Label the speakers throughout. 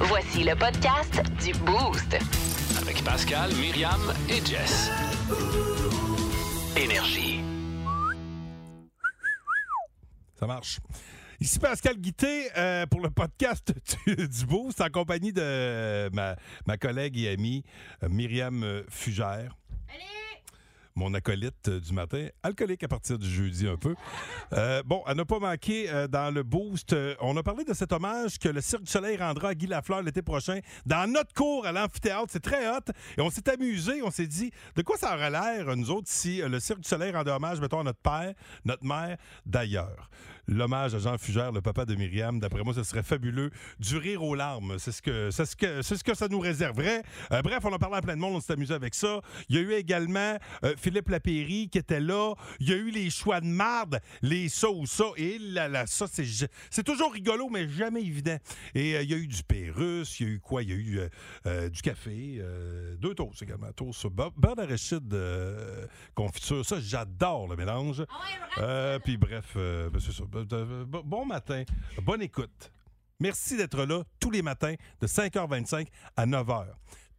Speaker 1: Voici le podcast du Boost.
Speaker 2: Avec Pascal, Myriam et Jess. Énergie.
Speaker 3: Ça marche. Ici Pascal Guité euh, pour le podcast du, du Boost en compagnie de euh, ma, ma collègue et amie euh, Myriam euh, Fugère. Mon acolyte euh, du matin, alcoolique à partir du jeudi un peu. Euh, bon, à ne pas manquer euh, dans le boost, euh, on a parlé de cet hommage que le Cirque du Soleil rendra à Guy Lafleur l'été prochain dans notre cours à l'amphithéâtre. C'est très hot. Et on s'est amusé, on s'est dit, de quoi ça aurait l'air, euh, nous autres, si euh, le Cirque du Soleil rendait hommage, mettons, à notre père, notre mère, d'ailleurs. L'hommage à Jean Fugère, le papa de Myriam, d'après moi, ce serait fabuleux. Du rire aux larmes, c'est ce que, c'est ce que, c'est ce que ça nous réserverait. Euh, bref, on en parlait à plein de monde, on s'est amusé avec ça. Il y a eu également euh, Philippe Lapéry qui était là. Il y a eu les choix de marde, les ça ou ça. Et là, là, ça, c'est, j- c'est toujours rigolo, mais jamais évident. Et euh, il y a eu du Pérus, il y a eu quoi? Il y a eu euh, euh, du café, euh, deux toasts également. Toast sur beurre, beurre d'arachide, euh, confiture. Ça, j'adore le mélange. Euh, Puis bref, euh, ben, c'est ça. Ben, euh, bon- Bon matin, bonne écoute. Merci d'être là tous les matins de 5h25 à 9h.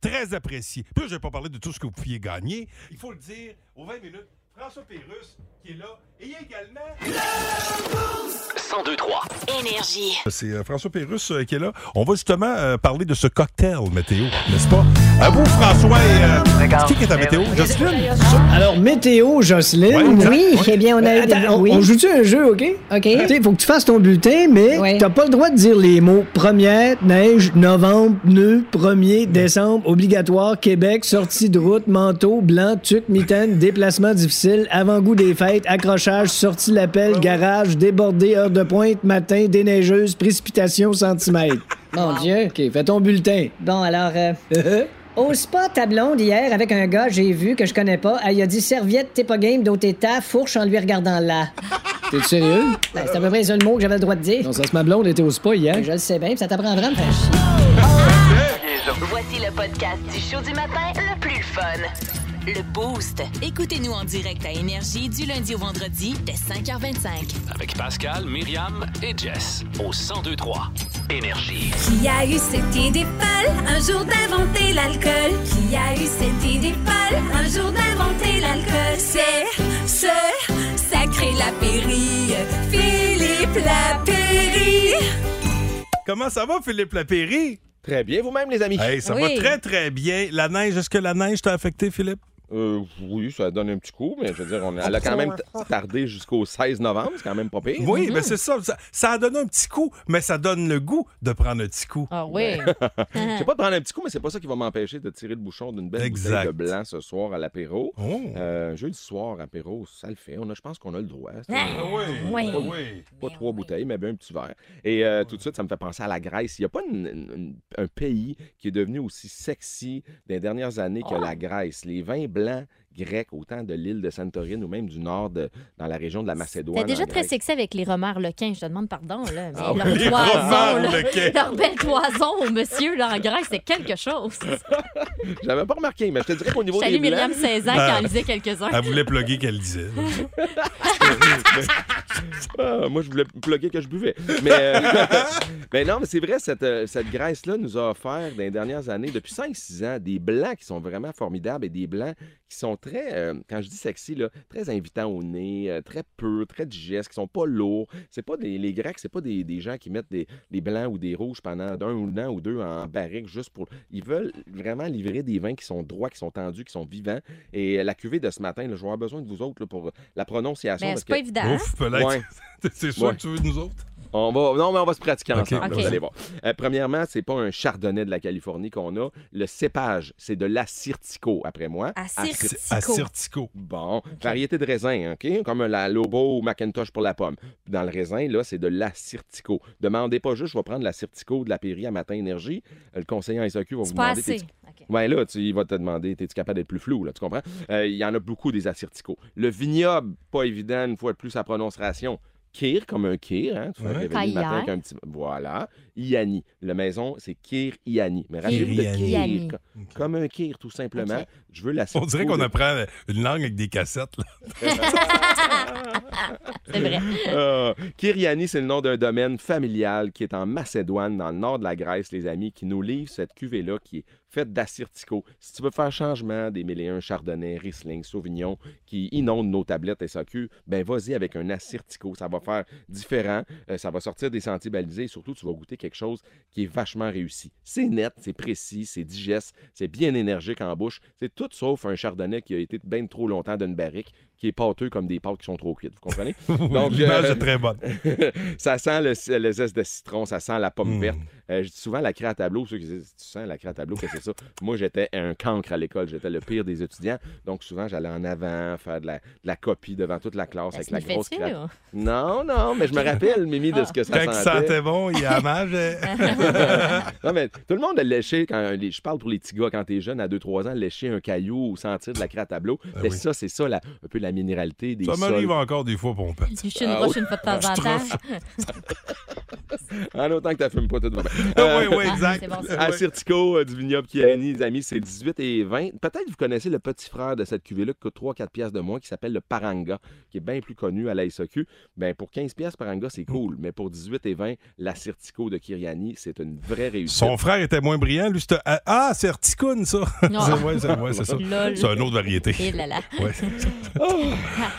Speaker 3: Très apprécié. Puis là, je vais pas parler de tout ce que vous pouviez gagner. Il faut le dire, aux 20 minutes, François Pérus qui est là et il y a également...
Speaker 2: 1023.
Speaker 1: Énergie.
Speaker 3: C'est euh, François Pérus euh, qui est là. On va justement euh, parler de ce cocktail météo, n'est-ce pas? À vous, François. Et, euh, c'est qui qui est ta météo? Jocelyne?
Speaker 4: Alors, météo, Jocelyne.
Speaker 3: Ouais,
Speaker 5: Euh, Oui, eh bien, on a eu des-
Speaker 4: Euh, Attends, on,
Speaker 5: oui.
Speaker 4: on joue-tu un jeu, OK?
Speaker 5: OK.
Speaker 4: Il faut que tu fasses ton bulletin, mais
Speaker 5: Ouais.
Speaker 4: t'as pas le droit de dire les mots première, neige, novembre, nœud, premier, décembre, obligatoire, Québec, sortie de route, manteau, blanc, tuc, mitaine, déplacement difficile, avant-goût des fêtes, accrochage, sortie de l'appel, garage, débordé, heure de pointe, matin, déneigeuse, précipitation, centimètre.
Speaker 5: Mon Dieu.
Speaker 4: OK, fais ton bulletin.
Speaker 5: Bon, alors, euh, au spa Tablonde, hier, avec un gars, j'ai vu, que je connais pas, ah, il a dit serviette, t'es pas game, d'autres états, fourche en lui regardant là.
Speaker 4: T'es sérieux?
Speaker 5: Ben, c'est à peu près le seul mot que j'avais le droit de dire.
Speaker 4: Non, ça se ma blonde était au spa hier.
Speaker 5: Je le sais bien, puis ça t'apprendra à me faire chier.
Speaker 1: Voici le podcast du show du matin le plus fun. Le Boost.
Speaker 6: Écoutez-nous en direct à Énergie du lundi au vendredi dès 5h25.
Speaker 2: Avec Pascal, Myriam et Jess. Au 1023. Énergie.
Speaker 7: Qui a eu cette idée folle un jour d'inventer l'alcool Qui a eu cette idée folle un jour d'inventer l'alcool C'est ce sacré Lapéry, Philippe Lapéry.
Speaker 3: Comment ça va, Philippe Lapéry?
Speaker 8: Très bien, vous-même, les amis.
Speaker 3: Hey, ça
Speaker 6: Oui.
Speaker 3: va très, très bien. La neige, est-ce que la neige t'a affecté, Philippe?
Speaker 8: Euh, oui, ça donne un petit coup, mais je veux dire, on a, elle a quand même t- tardé jusqu'au 16 novembre, c'est quand même pas pire.
Speaker 3: Oui, ben c'est ça, ça. ça a donné un petit coup, mais ça donne le goût de prendre un petit coup.
Speaker 9: Ah oui.
Speaker 8: Ben, Je sais pas de prendre un petit coup, mais c'est pas ça qui va m'empêcher de tirer le bouchon d'une belle
Speaker 3: Exact.
Speaker 8: bouteille de blanc ce soir à l'apéro.
Speaker 3: Oh.
Speaker 8: Euh, jeudi soir, apéro, ça le fait. On a, je pense qu'on a le droit. C'est
Speaker 3: Hein? Ah oui, oui.
Speaker 8: Pas trois bouteilles, mais bien un petit verre. Et euh, tout de suite, ça me fait penser à la Grèce. Il n'y a pas une- une- une- un pays qui est devenu aussi sexy des dernières années que la Grèce. Les vins blancs grecs, autant de l'île de Santorini ou même du nord, de- dans la région de la Macédoine.
Speaker 9: T'es
Speaker 8: en
Speaker 9: déjà très
Speaker 8: Grèce.
Speaker 9: sexy avec les romards lequin, je te demande pardon. Là, mais
Speaker 8: ben. Ah oui.
Speaker 9: leur
Speaker 3: Les euh,
Speaker 9: toison,
Speaker 3: romards
Speaker 9: là,
Speaker 3: Lequin.
Speaker 9: leur belle toison au monsieur là, en Grèce, c'est quelque chose.
Speaker 8: J'avais pas remarqué, mais je te dirais qu'au niveau
Speaker 9: Salut
Speaker 8: des Ben. blancs,
Speaker 9: Myriam 16 ans qui
Speaker 3: Ah.
Speaker 9: en lisait quelques-uns.
Speaker 3: Elle voulait plugger qu'elle disait.
Speaker 8: Ah, moi, je voulais plugger que je buvais. Mais, euh, mais non, mais c'est vrai, cette, euh, cette Grèce-là nous a offert dans les dernières années, depuis 5-6 ans, des blancs qui sont vraiment formidables et des blancs qui sont très, euh, quand je dis sexy, là, très invitants au nez, euh, très peu, très digestes, qui sont pas lourds. C'est pas des, les Grecs, c'est pas des, des gens qui mettent des, des blancs ou des rouges pendant d'un ou an ou deux en barrique juste pour. Ils veulent vraiment livrer des vins qui sont droits, qui sont tendus, qui sont vivants. Et la cuvée de ce matin, là, je vais avoir besoin de vous autres là, pour la prononciation.
Speaker 9: Mais
Speaker 8: parce
Speaker 9: c'est pas
Speaker 8: que-
Speaker 9: évident. hein?
Speaker 3: Ouf, peut-être.
Speaker 8: Ouais.
Speaker 3: C'est sûr
Speaker 8: Ouais.
Speaker 3: que tu veux nous autres?
Speaker 8: on va, non, mais on va se pratiquer
Speaker 3: Ok.
Speaker 8: ensemble, là,
Speaker 9: Ok.
Speaker 8: vous allez voir. Euh, premièrement, c'est pas un chardonnay de la Californie qu'on a. Le cépage, c'est de l'Assyrtico, après moi.
Speaker 9: Ah. Assyrtico.
Speaker 8: Assyrti-
Speaker 3: À Certico.
Speaker 8: Bon, variété de raisin, OK? Comme la Lobo ou Macintosh pour la pomme. Dans le raisin, là, c'est de l'Assyrtico. Demandez pas juste, je vais prendre l'Assyrtico de la Péri à Matin Énergie. Euh, Le conseiller en SAQ va vous
Speaker 9: C'est pas
Speaker 8: demander...
Speaker 9: assez.
Speaker 8: t'es-tu-
Speaker 9: Ok.
Speaker 8: Ouais, Ben là, tu, il va te demander, es-tu capable d'être plus flou, là, tu comprends? Euh, Il y en a beaucoup des assyrticaux. Le vignoble, pas évident, une fois de plus, sa prononciation. Kir, comme un kir, hein, tu fais
Speaker 3: Ouais.
Speaker 8: réveiller le matin
Speaker 9: Paillard.
Speaker 8: avec un petit... Voilà. Iani. La maison, c'est Kir Iani. Mais rappelez-vous de
Speaker 3: Kiriani.
Speaker 8: Kir, co- comme un Kir, tout simplement.
Speaker 9: Ok.
Speaker 8: Je veux la
Speaker 3: On dirait qu'on
Speaker 8: a
Speaker 3: apprend une langue avec des cassettes. là.
Speaker 9: C'est vrai.
Speaker 8: Euh, Kiriani, c'est le nom d'un domaine familial qui est en Macédoine, dans le nord de la Grèce, les amis, qui nous livre cette cuvée-là qui est faite d'assyrtico. Si tu veux faire changement des 1001 Chardonnay, Riesling, Sauvignon, qui inondent nos tablettes SAQ, ben vas-y avec un assyrtico. Ça va faire différent. Euh, ça va sortir des sentiers balisés et surtout, tu vas goûter quelque chose qui est vachement réussi. C'est net, c'est précis, c'est digeste, c'est bien énergique en bouche. C'est tout sauf un Chardonnay qui a été bien trop longtemps dans une barrique, qui est pâteux comme des pâtes qui sont trop cuites. Vous comprenez? Donc,
Speaker 3: L'image
Speaker 8: euh,
Speaker 3: est très bonne.
Speaker 8: ça sent le, le zeste de citron, ça sent la pomme
Speaker 3: Mm.
Speaker 8: verte. Euh, je dis souvent la craie à tableau, ceux qui disent Tu sens la craie à tableau, qu'est-ce que c'est ça Moi, j'étais un cancre à l'école, j'étais le pire des étudiants. Donc, souvent, j'allais en avant faire de la, de la copie devant toute la classe
Speaker 9: Ça
Speaker 8: avec
Speaker 9: se
Speaker 8: la grosse
Speaker 9: fait-tu,
Speaker 8: craie.
Speaker 9: là?
Speaker 8: Non, non, mais je me rappelle, Mimi, de ce que ça
Speaker 3: Quand il
Speaker 8: sentait.
Speaker 3: sentait bon, il a euh, mangé.
Speaker 8: non, mais tout le monde a léché, quand, les- je parle pour les petits gars, quand t'es jeune, à 2-3 ans, lécher un caillou ou sentir de la craie à tableau. mais
Speaker 3: Ben oui.
Speaker 8: ça, c'est ça, la- un peu la minéralité des
Speaker 3: Ça
Speaker 8: sols.
Speaker 3: m'arrive encore des fois, pompette.
Speaker 9: Je suis une
Speaker 8: Ah
Speaker 9: roche une fois de temps en temps.
Speaker 8: En Ah, autant que t'as fumes pas tout va bien. Euh,
Speaker 3: oui, oui,
Speaker 9: Ah,
Speaker 3: exact.
Speaker 9: c'est bon, c'est
Speaker 3: Ouais.
Speaker 8: À Sirtico, euh, du vignoble Kiani, les amis, c'est 18 et 20. Peut-être vous connaissez le petit frère de cette cuvée-là qui coûte 3-4 piastres de moins, qui s'appelle le Paranga, qui est bien plus connu à la SAQ. Ben, pour 15 piastres, Paranga, c'est cool. Mais pour 18 et 20, la Sirtico de Kiriani, c'est une vraie réussite.
Speaker 3: Son frère était moins brillant. Lui, c'était. Ah, Ah, c'est Articoune, ça.
Speaker 9: Non. oh,
Speaker 3: C'est ouais, c'est ouais, c'est ça.
Speaker 9: Lol.
Speaker 3: C'est une autre variété.
Speaker 9: Et là là.
Speaker 3: Ouais.
Speaker 8: Oh!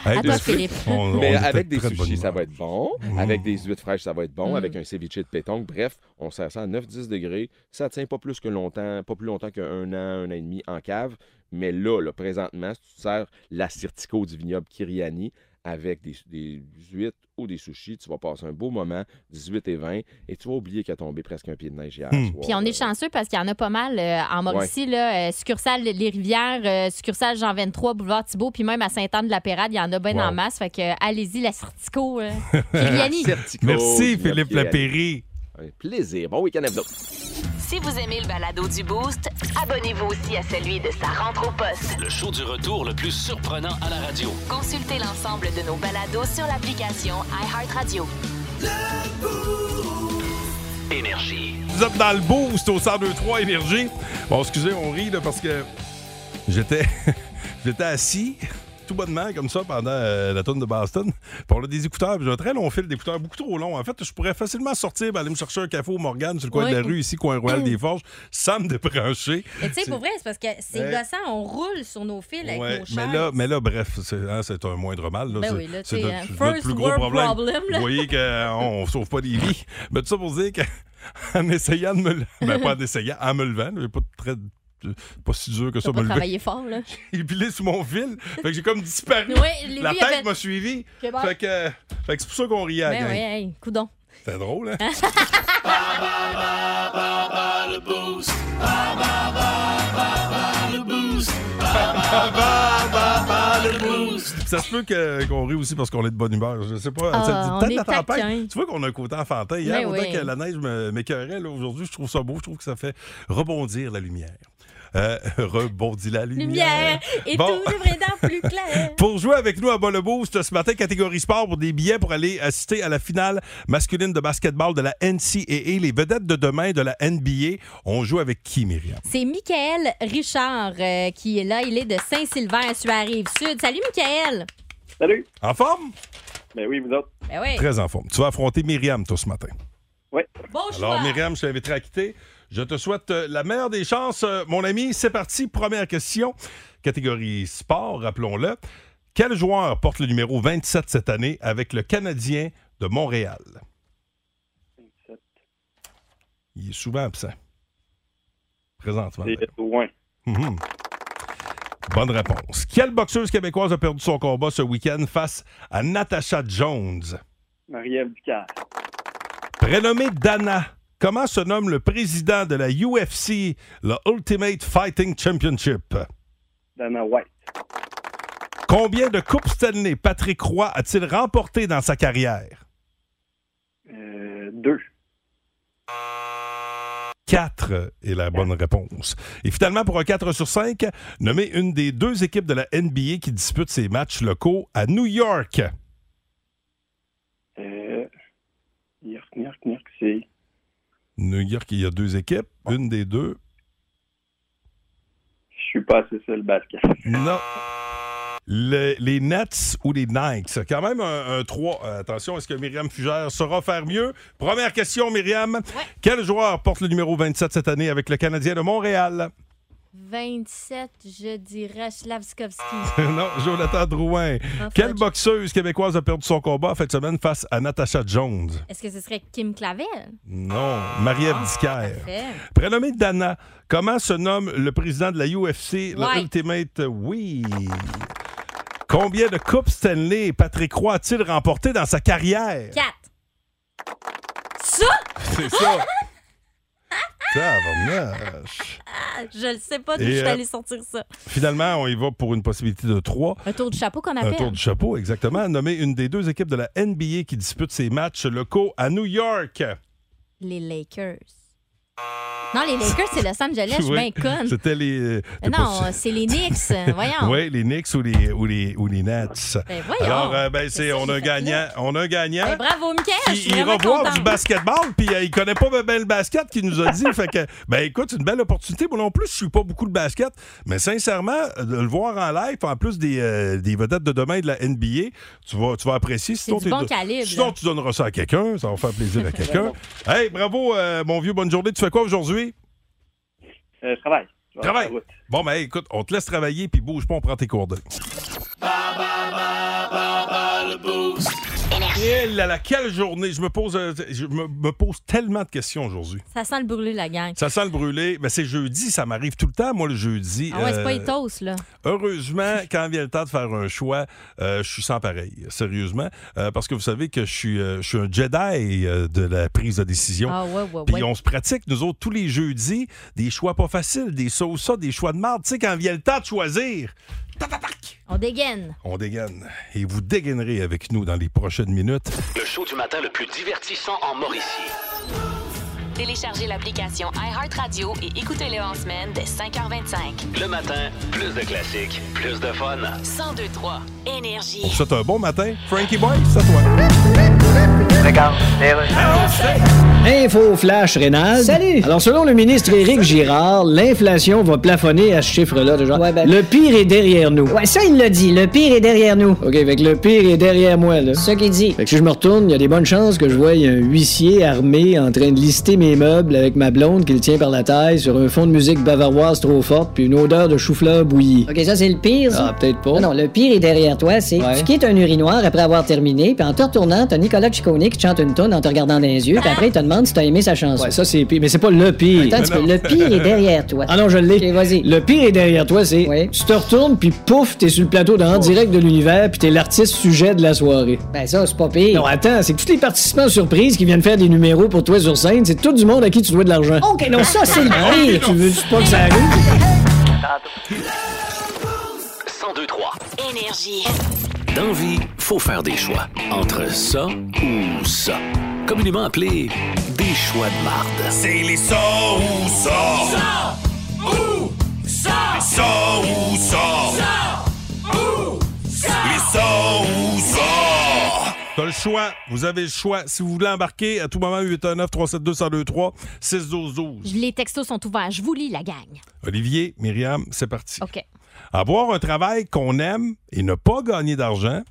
Speaker 9: À
Speaker 3: Hey,
Speaker 9: toi,
Speaker 3: le-
Speaker 9: Philippe.
Speaker 3: on- on
Speaker 8: Mais
Speaker 3: est
Speaker 8: avec
Speaker 3: de
Speaker 8: des
Speaker 3: très bonne
Speaker 8: sushis, ça
Speaker 3: humeur.
Speaker 8: va être bon.
Speaker 3: Mm.
Speaker 8: Avec des huîtres fraîches, ça va être bon.
Speaker 9: Mm.
Speaker 8: Avec un ceviche de pétanque, bref, on sert ça à 9-10 degrés. Ça tient pas plus que longtemps, pas plus longtemps qu'un an, un an et demi en cave. Mais là, là présentement, si tu sers la Sirtico du vignoble Kiriani avec des, des huîtres ou des sushis, tu vas passer un beau moment, 18 et 20, et tu vas oublier qu'il a tombé presque un pied de neige hier
Speaker 3: Mm.
Speaker 8: soir.
Speaker 9: Puis on est chanceux parce qu'il y en a pas mal euh, en Mauricie, là, euh, succursale Les Rivières, euh, succursale Jean 23, boulevard Thibault, puis même à Sainte-Anne-de-la-Pérade, il y en a bien
Speaker 3: Wow.
Speaker 9: en masse. Fait que euh, allez-y, la Certico. euh, Kyliani.
Speaker 8: Sirtico du
Speaker 3: Merci,
Speaker 8: vignoble
Speaker 3: Philippe
Speaker 8: Kiriani.
Speaker 3: Lapéry.
Speaker 8: Un plaisir. Bon week-end à vous. autres.
Speaker 1: Si vous aimez le balado du Boost, abonnez-vous aussi à celui de sa rentre au poste.
Speaker 2: Le show du retour le plus surprenant à la radio.
Speaker 1: Consultez l'ensemble de nos balados sur l'application iHeartRadio.
Speaker 2: Énergie.
Speaker 3: Vous êtes dans le boost au 1023 Énergie. Bon, excusez, on rit là, parce que j'étais j'étais assis tout bonnement comme ça pendant euh, la tourne de Boston. Puis on a des écouteurs, puis j'ai un très long fil d'écouteurs, beaucoup trop long. En fait, je pourrais facilement sortir, puis aller me chercher un café au Morgane sur le coin
Speaker 9: Oui.
Speaker 3: de la rue, ici, coin Royal des Forges, sans me débrancher.
Speaker 9: Mais tu sais, pour vrai, c'est parce que c'est
Speaker 3: Ouais.
Speaker 9: gossant, on roule sur nos fils avec
Speaker 3: Ouais,
Speaker 9: nos chaises.
Speaker 3: mais là, mais là, bref, c'est hein, c'est un moindre mal. là.
Speaker 9: Ben
Speaker 3: C'est-
Speaker 9: oui, là,
Speaker 3: c'est
Speaker 9: t'sais,
Speaker 3: notre,
Speaker 9: hein,
Speaker 3: notre
Speaker 9: first
Speaker 3: plus gros
Speaker 9: world
Speaker 3: problème.
Speaker 9: problem, là.
Speaker 3: Vous voyez qu'on ne sauve pas des vies. Mais tout ça pour dire qu'en essayant de me... le- Ben, pas en essayant, en me levant, j'ai pas très... euh, Pas si dur que ça
Speaker 9: T'as pas
Speaker 3: me lever.
Speaker 9: travaillé fort, là.
Speaker 3: J'ai pilé sous mon fil. Fait que j'ai comme disparu.
Speaker 9: Oui, lui,
Speaker 3: La
Speaker 9: il a
Speaker 3: tête
Speaker 9: fait...
Speaker 3: m'a suivi.
Speaker 9: Ok, bon.
Speaker 3: Fait que, euh, fait que c'est pour ça qu'on riait. à la
Speaker 9: Ben
Speaker 3: gang.
Speaker 9: oui, hey, coudon.
Speaker 3: C'était drôle, hein? Ça se peut que- qu'on rit aussi parce qu'on est de bonne humeur. Je sais pas.
Speaker 9: Ah,
Speaker 3: ça-
Speaker 9: on
Speaker 3: peut-être
Speaker 9: est
Speaker 3: la tempête.
Speaker 9: taquin.
Speaker 3: Tu vois qu'on a un côté enfantin. Hier,
Speaker 9: Mais
Speaker 3: autant
Speaker 9: oui.
Speaker 3: que la neige me- m'écœurait, là, aujourd'hui, je trouve ça beau. Je trouve que ça fait rebondir la lumière. Euh, rebondit la
Speaker 9: Lumière et
Speaker 3: Bon.
Speaker 9: tout devrait être plus clair.
Speaker 3: Pour jouer avec nous à Bas le Boost ce matin, catégorie sport pour des billets pour aller assister à la finale masculine de basketball de la NCAA. Les vedettes de demain de la NBA, on joue avec qui, Myriam?
Speaker 9: C'est Michael Richard euh, qui est là. Il est de Saint-Sylvain, sur la rive sud. Salut, Michael.
Speaker 10: Salut.
Speaker 3: En forme?
Speaker 10: Ben oui, vous autres.
Speaker 9: Ben oui.
Speaker 3: Très en forme. Tu vas affronter Myriam, toi, ce matin.
Speaker 9: Bon choix.
Speaker 3: Alors, Myriam, je t'inviterai à quitter. Je te souhaite euh, la meilleure des chances, euh, mon ami. C'est parti. Première question. Catégorie sport, rappelons-le. Quel joueur porte le numéro 27 cette année avec le Canadien de Montréal? Il est souvent absent. Présentement.
Speaker 10: C'est loin.
Speaker 3: Mhm. Bonne réponse. Quelle boxeuse québécoise a perdu son combat ce week-end face à Natasha Jones?
Speaker 10: Marie-Ève Ducasse.
Speaker 3: Prénommée Dana, comment se nomme le président de la UFC, le Ultimate Fighting Championship?
Speaker 10: Dana White.
Speaker 3: Combien de Coupes Stanley Patrick Roy a-t-il remporté dans sa carrière?
Speaker 10: Euh, deux.
Speaker 3: Quatre est la bonne réponse. Et finalement, pour un 4 sur 5, nommez une des deux équipes de la NBA qui dispute ses matchs locaux à New York.
Speaker 10: Euh, New York, New York, New York, c'est
Speaker 3: New York, il y a deux équipes. Une des deux.
Speaker 10: Je suis pas assez seul basket.
Speaker 3: Non. Le- les Nets ou les Knights. Quand même un, 3. attention, est-ce que Myriam Fugère saura faire mieux? Première question, Myriam. Quel joueur porte le numéro 27 cette année avec le Canadien de Montréal?
Speaker 9: 27, je dirais Slavskovski.
Speaker 3: non, Jonathan Drouin.
Speaker 9: Ah,
Speaker 3: Quelle boxeuse québécoise a perdu son combat en fin de semaine face à Natasha Jones?
Speaker 9: Est-ce que ce serait Kim Clavel?
Speaker 3: Non, Marie-Ève
Speaker 9: Ah,
Speaker 3: Disquaire.
Speaker 9: parfait.
Speaker 3: Prénommée Dana, comment se nomme le président de la UFC, le
Speaker 9: Ouais.
Speaker 3: Ultimate Oui. Combien de coupes Stanley Patrick Roy a-t-il remporté dans sa carrière?
Speaker 9: 4. Ça?
Speaker 3: C'est ça. Tabarnache.
Speaker 9: Ah, Je le sais pas d'où
Speaker 3: Et,
Speaker 9: je suis
Speaker 3: euh,
Speaker 9: allée sortir ça.
Speaker 3: Finalement, on y va pour une possibilité de trois.
Speaker 9: Un tour du chapeau qu'on
Speaker 3: Un
Speaker 9: appelle.
Speaker 3: tour du chapeau, exactement. Nommer une des deux équipes de la NBA qui dispute ses matchs locaux à New York.
Speaker 9: Les Lakers. Non, les Lakers, c'est Los Angeles, je suis bien
Speaker 3: Oui,
Speaker 9: conne.
Speaker 3: C'était les. euh, t'es
Speaker 9: Non,
Speaker 3: pas-
Speaker 9: c'est les Knicks. Ben, euh, Voyons.
Speaker 3: Oui, les Knicks ou les, ou les, ou les Nets.
Speaker 9: Ben voyons.
Speaker 3: Alors, euh, ben, c'est, on, a un gagnant, on a un gagnant.
Speaker 9: Ben, bravo, Mickaël. Je
Speaker 3: qui
Speaker 9: suis
Speaker 3: ira
Speaker 9: vraiment
Speaker 3: voir
Speaker 9: contente.
Speaker 3: du basketball, puis euh, il connaît pas bien le basket qu'il nous a dit. fait que, ben écoute, c'est une belle opportunité. Moi non plus, je suis pas beaucoup de basket, mais sincèrement, euh, de le voir en live, en plus des, euh, des vedettes de demain de la NBA, tu vas, tu vas apprécier. Sinon,
Speaker 9: du
Speaker 3: t'es
Speaker 9: bon calibre,
Speaker 3: sinon,
Speaker 9: là.
Speaker 3: tu donneras ça à quelqu'un, ça va faire plaisir à quelqu'un. hey, bravo, euh, mon vieux, bonne journée. Tu fais quoi aujourd'hui?
Speaker 10: Euh, je travaille.
Speaker 11: Ah,
Speaker 10: Je vais
Speaker 3: Travail.
Speaker 10: sur la route.
Speaker 3: Bon, ben écoute, on te laisse travailler, puis bouge pas, on prend tes coordonnées. Et Eh là, là, quelle journée! Je me pose, euh, je me- me pose tellement de questions aujourd'hui.
Speaker 9: Ça sent le brûler, la gang.
Speaker 3: Ça sent le brûlé. Mais c'est jeudi, ça m'arrive tout le temps, moi, le jeudi.
Speaker 9: Ah ouais, c'est
Speaker 3: Euh,
Speaker 9: pas Ethos, là.
Speaker 3: Heureusement, quand vient le temps de faire un choix, euh, je suis sans pareil, sérieusement. Euh, parce que vous savez que je suis, euh, je suis un Jedi euh, de la prise de décision.
Speaker 9: Ah ouais, ouais,
Speaker 3: Puis
Speaker 9: ouais.
Speaker 3: on se pratique, nous autres, tous les jeudis, des choix pas faciles, des ça ou ça, des choix de marde. Tu sais, quand vient le temps de choisir,
Speaker 9: On dégaine.
Speaker 3: on dégaine. Et vous dégainerez avec nous dans les prochaines minutes.
Speaker 2: Le show du matin le plus divertissant en Mauricie.
Speaker 6: Téléchargez l'application iHeartRadio et écoutez-le en semaine dès 5h25.
Speaker 2: Le matin, plus de classiques, plus de fun.
Speaker 6: 1023 Énergie.
Speaker 3: On vous souhaite un bon matin. Frankie Boy, c'est à toi.
Speaker 4: Info flash rénal.
Speaker 5: Salut.
Speaker 4: Alors, selon le ministre Éric Girard, l'inflation va plafonner à ce chiffre-là de genre.
Speaker 5: Ouais, ben-
Speaker 4: Le pire est derrière nous.
Speaker 5: Ouais, ça, il l'a dit. Le pire est derrière nous.
Speaker 4: OK, fait que le pire est derrière moi, là.
Speaker 5: C'est ce qu'il dit.
Speaker 4: Fait que si je me retourne, il y a des bonnes chances que je voie un huissier armé en train de lister mes meubles avec ma blonde qui le tient par la taille sur un fond de musique bavaroise trop forte puis une odeur de chou-fleur bouilli.
Speaker 5: OK, ça, c'est le pire, ça.
Speaker 4: Ah, peut-être pas.
Speaker 5: Ah non, le pire est derrière toi, c'est
Speaker 4: Ouais.
Speaker 5: tu quittes un urinoir après avoir terminé, puis en te retournant, t'as Nicolas Ciccone qui te chante une tonne en te regardant dans les yeux, puis après, il te demande si t'as aimé sa chanson.
Speaker 4: Ouais, ça c'est pire, mais c'est pas le pire.
Speaker 5: Attends un petit peu, le pire est derrière toi.
Speaker 4: Ah non, je l'ai.
Speaker 5: Ok, vas-y.
Speaker 4: Le pire est derrière toi, c'est
Speaker 5: Oui.
Speaker 4: tu te retournes puis pouf, t'es sur le plateau dans en direct de l'univers puis t'es l'artiste sujet de la soirée.
Speaker 5: Ben ça, c'est pas pire.
Speaker 4: Non, attends, c'est que tous les participants surprises qui viennent faire des numéros pour toi sur scène, c'est tout du monde à qui tu dois de l'argent. Ah
Speaker 5: OK, non, ça, c'est le pire.
Speaker 4: Tu veux juste pas que ça arrive?
Speaker 2: 1023.
Speaker 6: Énergie.
Speaker 2: Dans vie, faut faire des choix. Entre ça ou ça. Communément appelé des choix de marde.
Speaker 3: C'est les ça ou ça. Ça ou ça. Les ça ou ça. Ça ou ça. Les ça ou ça. T'as le choix. Vous avez le choix. Si vous voulez embarquer, à tout moment, 819-372-1023, 612-12.
Speaker 9: Les textos sont ouverts. Je vous lis, la gang.
Speaker 3: Olivier, Myriam, c'est parti.
Speaker 9: OK.
Speaker 3: Avoir un travail qu'on aime et ne pas gagner d'argent,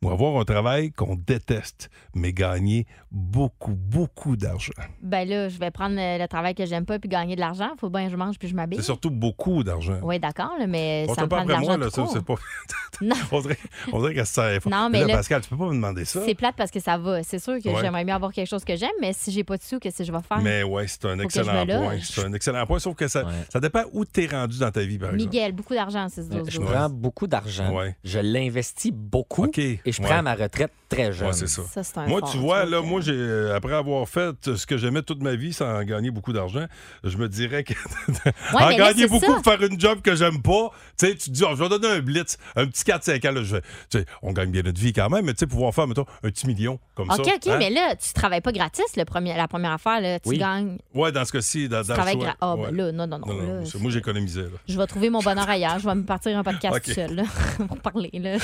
Speaker 3: ou avoir un travail qu'on déteste, mais gagner beaucoup, beaucoup d'argent.
Speaker 9: Ben là, je vais prendre euh, le travail que j'aime pas puis gagner de l'argent. Faut bien que je mange puis je m'habille.
Speaker 3: C'est surtout beaucoup d'argent.
Speaker 9: Oui, d'accord, là, mais
Speaker 3: On
Speaker 9: ça
Speaker 3: t'a
Speaker 9: me
Speaker 3: pas
Speaker 9: prend de
Speaker 3: après moi,
Speaker 9: l'argent
Speaker 3: là,
Speaker 9: tout
Speaker 3: ça,
Speaker 9: court.
Speaker 3: c'est pas.
Speaker 9: Non.
Speaker 3: on dirait, on dirait que ça.
Speaker 9: Non, mais là-
Speaker 3: Pascal, tu peux pas me demander ça.
Speaker 9: C'est plate parce que ça va. C'est sûr que
Speaker 3: Ouais.
Speaker 9: j'aimerais mieux avoir quelque chose que j'aime, mais si j'ai pas de sous, qu'est-ce que je vais faire?
Speaker 3: Mais ouais, c'est un
Speaker 9: que
Speaker 3: excellent
Speaker 9: je me
Speaker 3: point.
Speaker 9: loge.
Speaker 3: C'est un excellent point, sauf que ça,
Speaker 12: Ouais.
Speaker 3: ça dépend où t'es rendu dans ta vie, par exemple.
Speaker 9: Miguel, beaucoup d'argent, c'est ce
Speaker 12: Je
Speaker 3: Ouais.
Speaker 12: prends beaucoup d'argent.
Speaker 3: Ouais.
Speaker 12: Je l'investis beaucoup
Speaker 3: OK.
Speaker 12: et je prends
Speaker 3: Ouais.
Speaker 12: ma retraite très jeune.
Speaker 3: Ouais, c'est ça.
Speaker 9: Ça, c'est un
Speaker 3: Moi,
Speaker 9: fort,
Speaker 3: tu vois,
Speaker 9: ça,
Speaker 3: là,
Speaker 9: que-
Speaker 3: moi, j'ai, euh, après avoir fait ce que j'aimais toute ma vie sans gagner beaucoup d'argent, je me dirais que. en
Speaker 9: mais là,
Speaker 3: gagner
Speaker 9: c'est
Speaker 3: beaucoup
Speaker 9: ça.
Speaker 3: pour faire une job que j'aime pas, tu sais, tu te dis, oh, je vais donner un blitz, un petit 4-5 ans, là, je vais- tu sais, on gagne bien notre vie quand même, mais tu sais, pouvoir faire, mettons, un petit million comme
Speaker 9: OK,
Speaker 3: ça.
Speaker 9: OK,
Speaker 3: hein?
Speaker 9: mais là, tu travailles pas gratis le premier, la première affaire. Là. Tu
Speaker 12: Oui.
Speaker 9: gagnes,
Speaker 3: Ouais, dans ce cas-ci, dans,
Speaker 9: tu
Speaker 3: dans le
Speaker 9: travailles
Speaker 3: choix.
Speaker 9: gratis. Ah,
Speaker 3: Ouais.
Speaker 9: ben là, non, non, non.
Speaker 3: Non, non,
Speaker 9: là,
Speaker 3: moi, c'est- moi, j'économisais. là.
Speaker 9: je vais trouver mon bonheur ailleurs. Je vais me partir un podcast
Speaker 3: OK.
Speaker 9: tout seul là, pour parler. Là.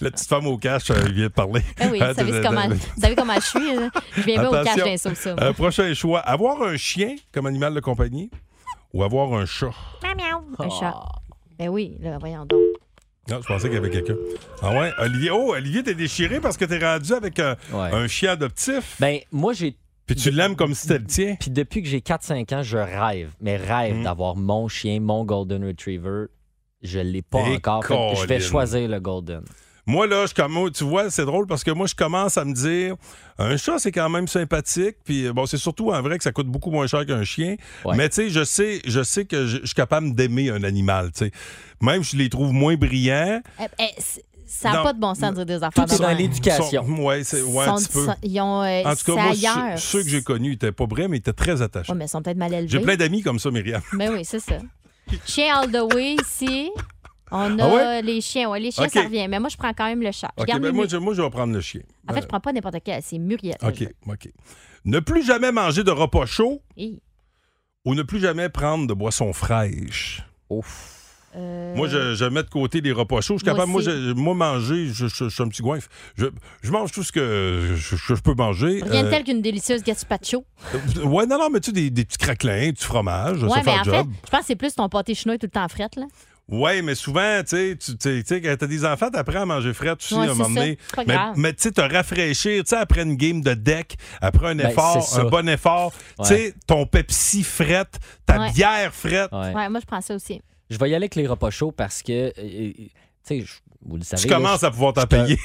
Speaker 3: La petite femme au cash, cash, euh, il vient de parler.
Speaker 9: Ah oui,
Speaker 3: Euh,
Speaker 9: vous savez,
Speaker 3: de-
Speaker 9: c'est
Speaker 3: de-
Speaker 9: comment,
Speaker 3: de-
Speaker 9: vous savez comment je suis. hein? Je viens pas au cash
Speaker 3: Attention.
Speaker 9: d'un saut, ça.
Speaker 3: Euh, prochain choix. Avoir un chien comme animal de compagnie ou avoir un chat?
Speaker 9: Miaou, Un
Speaker 3: Ah.
Speaker 9: chat. Ben oui, là, voyons donc.
Speaker 3: Non, je pensais qu'il y avait quelqu'un. Ah ouais, Olivier. Oh, Olivier, t'es déchiré parce que t'es rendu avec un, un chien adoptif.
Speaker 12: Ben, moi, j'ai.
Speaker 3: Puis tu l'aimes comme si c'était le tien.
Speaker 12: Puis depuis que j'ai 4-5 ans, je rêve, mais
Speaker 4: Hmm.
Speaker 12: rêve d'avoir mon chien, mon Golden Retriever. Je l'ai pas
Speaker 3: Et
Speaker 12: encore. Fait que je vais
Speaker 3: Colin.
Speaker 12: choisir le Golden.
Speaker 3: Moi, là, je commence, tu vois, c'est drôle parce que moi, je commence à me dire, un chat, c'est quand même sympathique. Puis, euh, bon, c'est surtout en vrai que ça coûte beaucoup moins cher qu'un chien. Mais, tu sais, je sais, je sais que je, je suis capable d'aimer un animal, tu sais. Même, je les trouve moins brillants.
Speaker 9: Eh, eh, c- ça n'a
Speaker 3: Non.
Speaker 9: pas de bon sens de dire des affaires de même.
Speaker 3: Sont- Ouais, c'est, ouais, un
Speaker 9: Sont-
Speaker 3: petit peu.
Speaker 9: sont- ils ont, euh,
Speaker 3: en tout cas,
Speaker 9: c'est
Speaker 3: moi,
Speaker 9: ailleurs.
Speaker 3: ceux- ceux que j'ai connus étaient pas vrais, mais ils étaient très attachés.
Speaker 9: Ouais, mais ils sont peut-être mal élevés.
Speaker 3: J'ai plein d'amis comme ça, Myriam.
Speaker 9: Mais oui, c'est ça. Chien all the way ici. On a
Speaker 3: Ah ouais?
Speaker 9: les chiens. Ouais, les chiens,
Speaker 3: Ok.
Speaker 9: ça revient. Mais moi, je prends quand même le chat. Je
Speaker 3: OK,
Speaker 9: garde
Speaker 3: ben,
Speaker 9: Mimi.
Speaker 3: moi, je, moi, je vais prendre le chien.
Speaker 9: En fait, je prends pas n'importe quel. C'est Muriel.
Speaker 3: OK, OK. Ne plus jamais manger de repas chauds
Speaker 9: Hi.
Speaker 3: ou ne plus jamais prendre de boissons fraîches.
Speaker 9: Euh,
Speaker 3: Moi, je, je mets de côté les repas chauds. Je suis
Speaker 9: Moi
Speaker 3: capable, moi,
Speaker 9: aussi.
Speaker 3: je- moi, manger, je, je- je suis un petit goinfre. Je, je mange tout ce que je, je- je peux manger.
Speaker 9: Rien de
Speaker 3: Euh,
Speaker 9: tel qu'une délicieuse gazpacho.
Speaker 3: Ouais, non, non, mais tu sais, des, des petits craquelins, du fromage,
Speaker 9: Ouais,
Speaker 3: ça
Speaker 9: mais
Speaker 3: fait
Speaker 9: en
Speaker 3: le
Speaker 9: fait,
Speaker 3: job.
Speaker 9: je pense que c'est plus ton pâté chinois tout le temps frette, là.
Speaker 3: Ouais, mais souvent, tu sais, tu tu sais, quand t'as des enfants, t'apprends à manger frais, tu sais,
Speaker 9: Ouais,
Speaker 3: à un
Speaker 9: c'est
Speaker 3: moment
Speaker 9: ça.
Speaker 3: donné.
Speaker 9: C'est pas
Speaker 3: Mais,
Speaker 9: grave.
Speaker 3: mais tu sais, te rafraîchir, tu sais, après une game de deck, après un
Speaker 12: Ben,
Speaker 3: effort,
Speaker 12: c'est
Speaker 3: un
Speaker 12: ça.
Speaker 3: bon effort, tu sais, ton Pepsi frette, ta
Speaker 9: Ouais.
Speaker 3: bière frette.
Speaker 9: Ouais. moi, je prends ça aussi.
Speaker 12: Je vais y aller avec les repas chauds parce que, euh, euh, tu sais, je- vous le savez.
Speaker 3: Tu
Speaker 12: là,
Speaker 3: commences
Speaker 12: je-
Speaker 3: à pouvoir t'en
Speaker 12: je suis un-
Speaker 3: payer.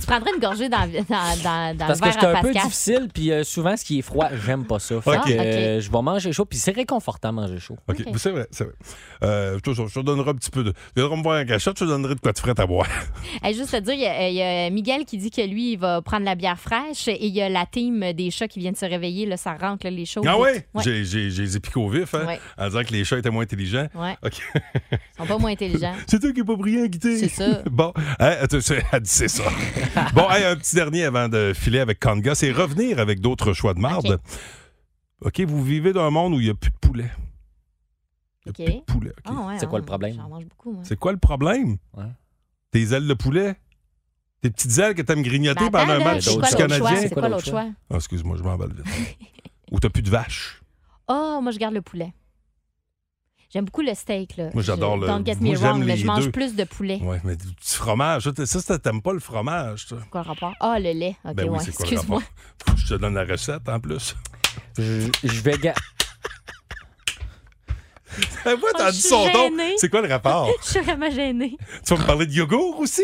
Speaker 9: tu prendrais une gorgée dans, dans, dans, dans
Speaker 12: Parce que
Speaker 9: le verre
Speaker 12: c'est
Speaker 9: à
Speaker 12: un peu
Speaker 9: Pascal.
Speaker 12: difficile, puis euh, souvent, ce qui est froid, j'aime pas ça.
Speaker 9: Ah,
Speaker 12: Fait
Speaker 3: OK.
Speaker 12: que, euh, je vais manger chaud, puis c'est réconfortant manger chaud.
Speaker 3: OK, c'est vrai, c'est vrai. Euh, je, te, je te donnerai un petit peu de. Tu viendras me voir un cachot, je te donnerai de quoi de frette à boire.
Speaker 9: Hey, juste te dire, il y, a- euh, il y a Miguel qui dit que lui, il va prendre la bière fraîche et il y a la team des chats qui viennent se réveiller. Là, ça rentre, là, les chats.
Speaker 3: Ah ouais?
Speaker 9: Ouais.
Speaker 3: J'ai, j'ai, j'ai les piqués au vif, hein,
Speaker 9: Ouais.
Speaker 3: en disant que les chats étaient moins intelligents.
Speaker 9: Ouais.
Speaker 3: OK.
Speaker 9: Ils sont pas moins intelligents.
Speaker 3: C'est toi qui n'es pas brillant, Guité.
Speaker 9: C'est ça.
Speaker 3: Bon, hein, attends, c'est- elle dit c'est ça. bon, hey, un petit dernier avant de filer avec Kanga, c'est revenir avec d'autres choix de marde. OK,
Speaker 9: OK.
Speaker 3: vous vivez dans un monde où il n'y a plus de poulet.
Speaker 9: OK.
Speaker 3: poulet, OK.
Speaker 9: Ah ouais,
Speaker 3: C'est quoi
Speaker 9: ouais,
Speaker 3: le problème?
Speaker 9: J'en mange beaucoup, moi.
Speaker 3: C'est quoi le problème? Tes ailes de poulet? Tes petites ailes que t'aimes grignoter
Speaker 9: Ben attends,
Speaker 3: pendant un
Speaker 9: là,
Speaker 3: match
Speaker 9: c'est
Speaker 3: du
Speaker 9: quoi l'autre choix?
Speaker 3: Canadien?
Speaker 9: C'est quoi l'autre choix?
Speaker 3: Ah, excuse-moi, je m'emballe vite. Ou t'as plus de vache.
Speaker 9: Oh, moi, je garde le poulet. J'aime beaucoup le steak, là.
Speaker 3: Moi, j'adore
Speaker 9: Je-
Speaker 3: le-
Speaker 9: Don't get
Speaker 3: moi,
Speaker 9: me
Speaker 3: j'aime
Speaker 9: wrong, mais
Speaker 3: les
Speaker 9: je mange
Speaker 3: deux.
Speaker 9: plus de poulet.
Speaker 3: Ouais, mais du petit fromage. Ça, t'es- Ça, ça, t'aimes pas le fromage, ça.
Speaker 9: Quoi le rapport? Ah, le lait. OK,
Speaker 3: Ben oui,
Speaker 9: ouais,
Speaker 3: c'est quoi le
Speaker 9: excuse-moi.
Speaker 3: rapport? Je te donne la recette en plus.
Speaker 12: Je, je vais. ga-
Speaker 3: Eh, Moi,
Speaker 9: Ah,
Speaker 3: t'as
Speaker 9: je
Speaker 3: dit
Speaker 9: suis
Speaker 3: son don.
Speaker 9: gênée.
Speaker 3: C'est quoi le rapport?
Speaker 9: je suis vraiment gênée.
Speaker 3: tu vas me parler de yogourt aussi?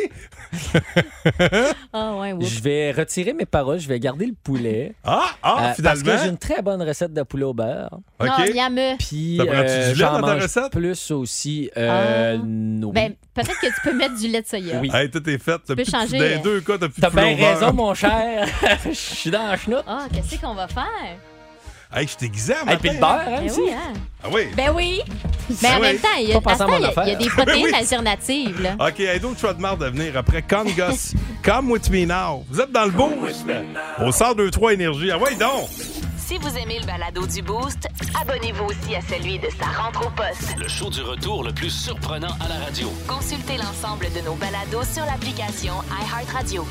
Speaker 9: Ah, ouais, oups.
Speaker 12: Je vais retirer mes paroles, je vais garder le poulet. euh,
Speaker 3: Ah, ah,
Speaker 12: Parce
Speaker 3: finalement.
Speaker 12: que j'ai une très bonne recette de poulet au beurre.
Speaker 9: Non, miam.
Speaker 12: Puis,
Speaker 3: Ça prend-tu du
Speaker 12: euh,
Speaker 3: lait
Speaker 12: j'en
Speaker 3: dans ta
Speaker 12: mange
Speaker 3: recette?
Speaker 12: plus aussi. Euh, non.
Speaker 9: Ben, peut-être que tu peux mettre du lait de soya.
Speaker 12: Oui.
Speaker 3: Hey, tout est fait. T'as
Speaker 9: peux
Speaker 3: plus de-
Speaker 9: changer,
Speaker 3: Dans les
Speaker 9: euh,
Speaker 3: deux cas, t'as plus
Speaker 12: T'as
Speaker 3: de poulet
Speaker 12: bien
Speaker 3: au beurre.
Speaker 12: raison, mon cher. Je suis dans la chenoute.
Speaker 9: Ah, qu'est-ce qu'on va faire?
Speaker 3: Hey, je t'examen.
Speaker 12: Et puis le beurre, hein,
Speaker 9: Ben
Speaker 12: aussi.
Speaker 9: oui, hein?
Speaker 3: Ah oui. Ben
Speaker 9: Ben oui! Mais en
Speaker 3: oui.
Speaker 9: même temps, il y a,
Speaker 12: Pas
Speaker 9: à ce
Speaker 12: pensé à
Speaker 9: temps,
Speaker 12: mon
Speaker 9: il y a- il y a
Speaker 12: affaire.
Speaker 9: des protéines
Speaker 3: Ben Oui.
Speaker 9: alternatives. Là.
Speaker 3: OK, hey, d'autres choix de marre de venir après Congus. Come with me now. Vous êtes dans le boost. Au 102-3 Énergie. Ah ouais, donc.
Speaker 1: Si vous aimez le balado du Boost, abonnez-vous aussi à celui de sa rentre au
Speaker 9: hein.
Speaker 1: poste.
Speaker 2: Le show du retour le plus surprenant à la radio.
Speaker 1: Consultez l'ensemble de nos balados sur l'application iHeartRadio.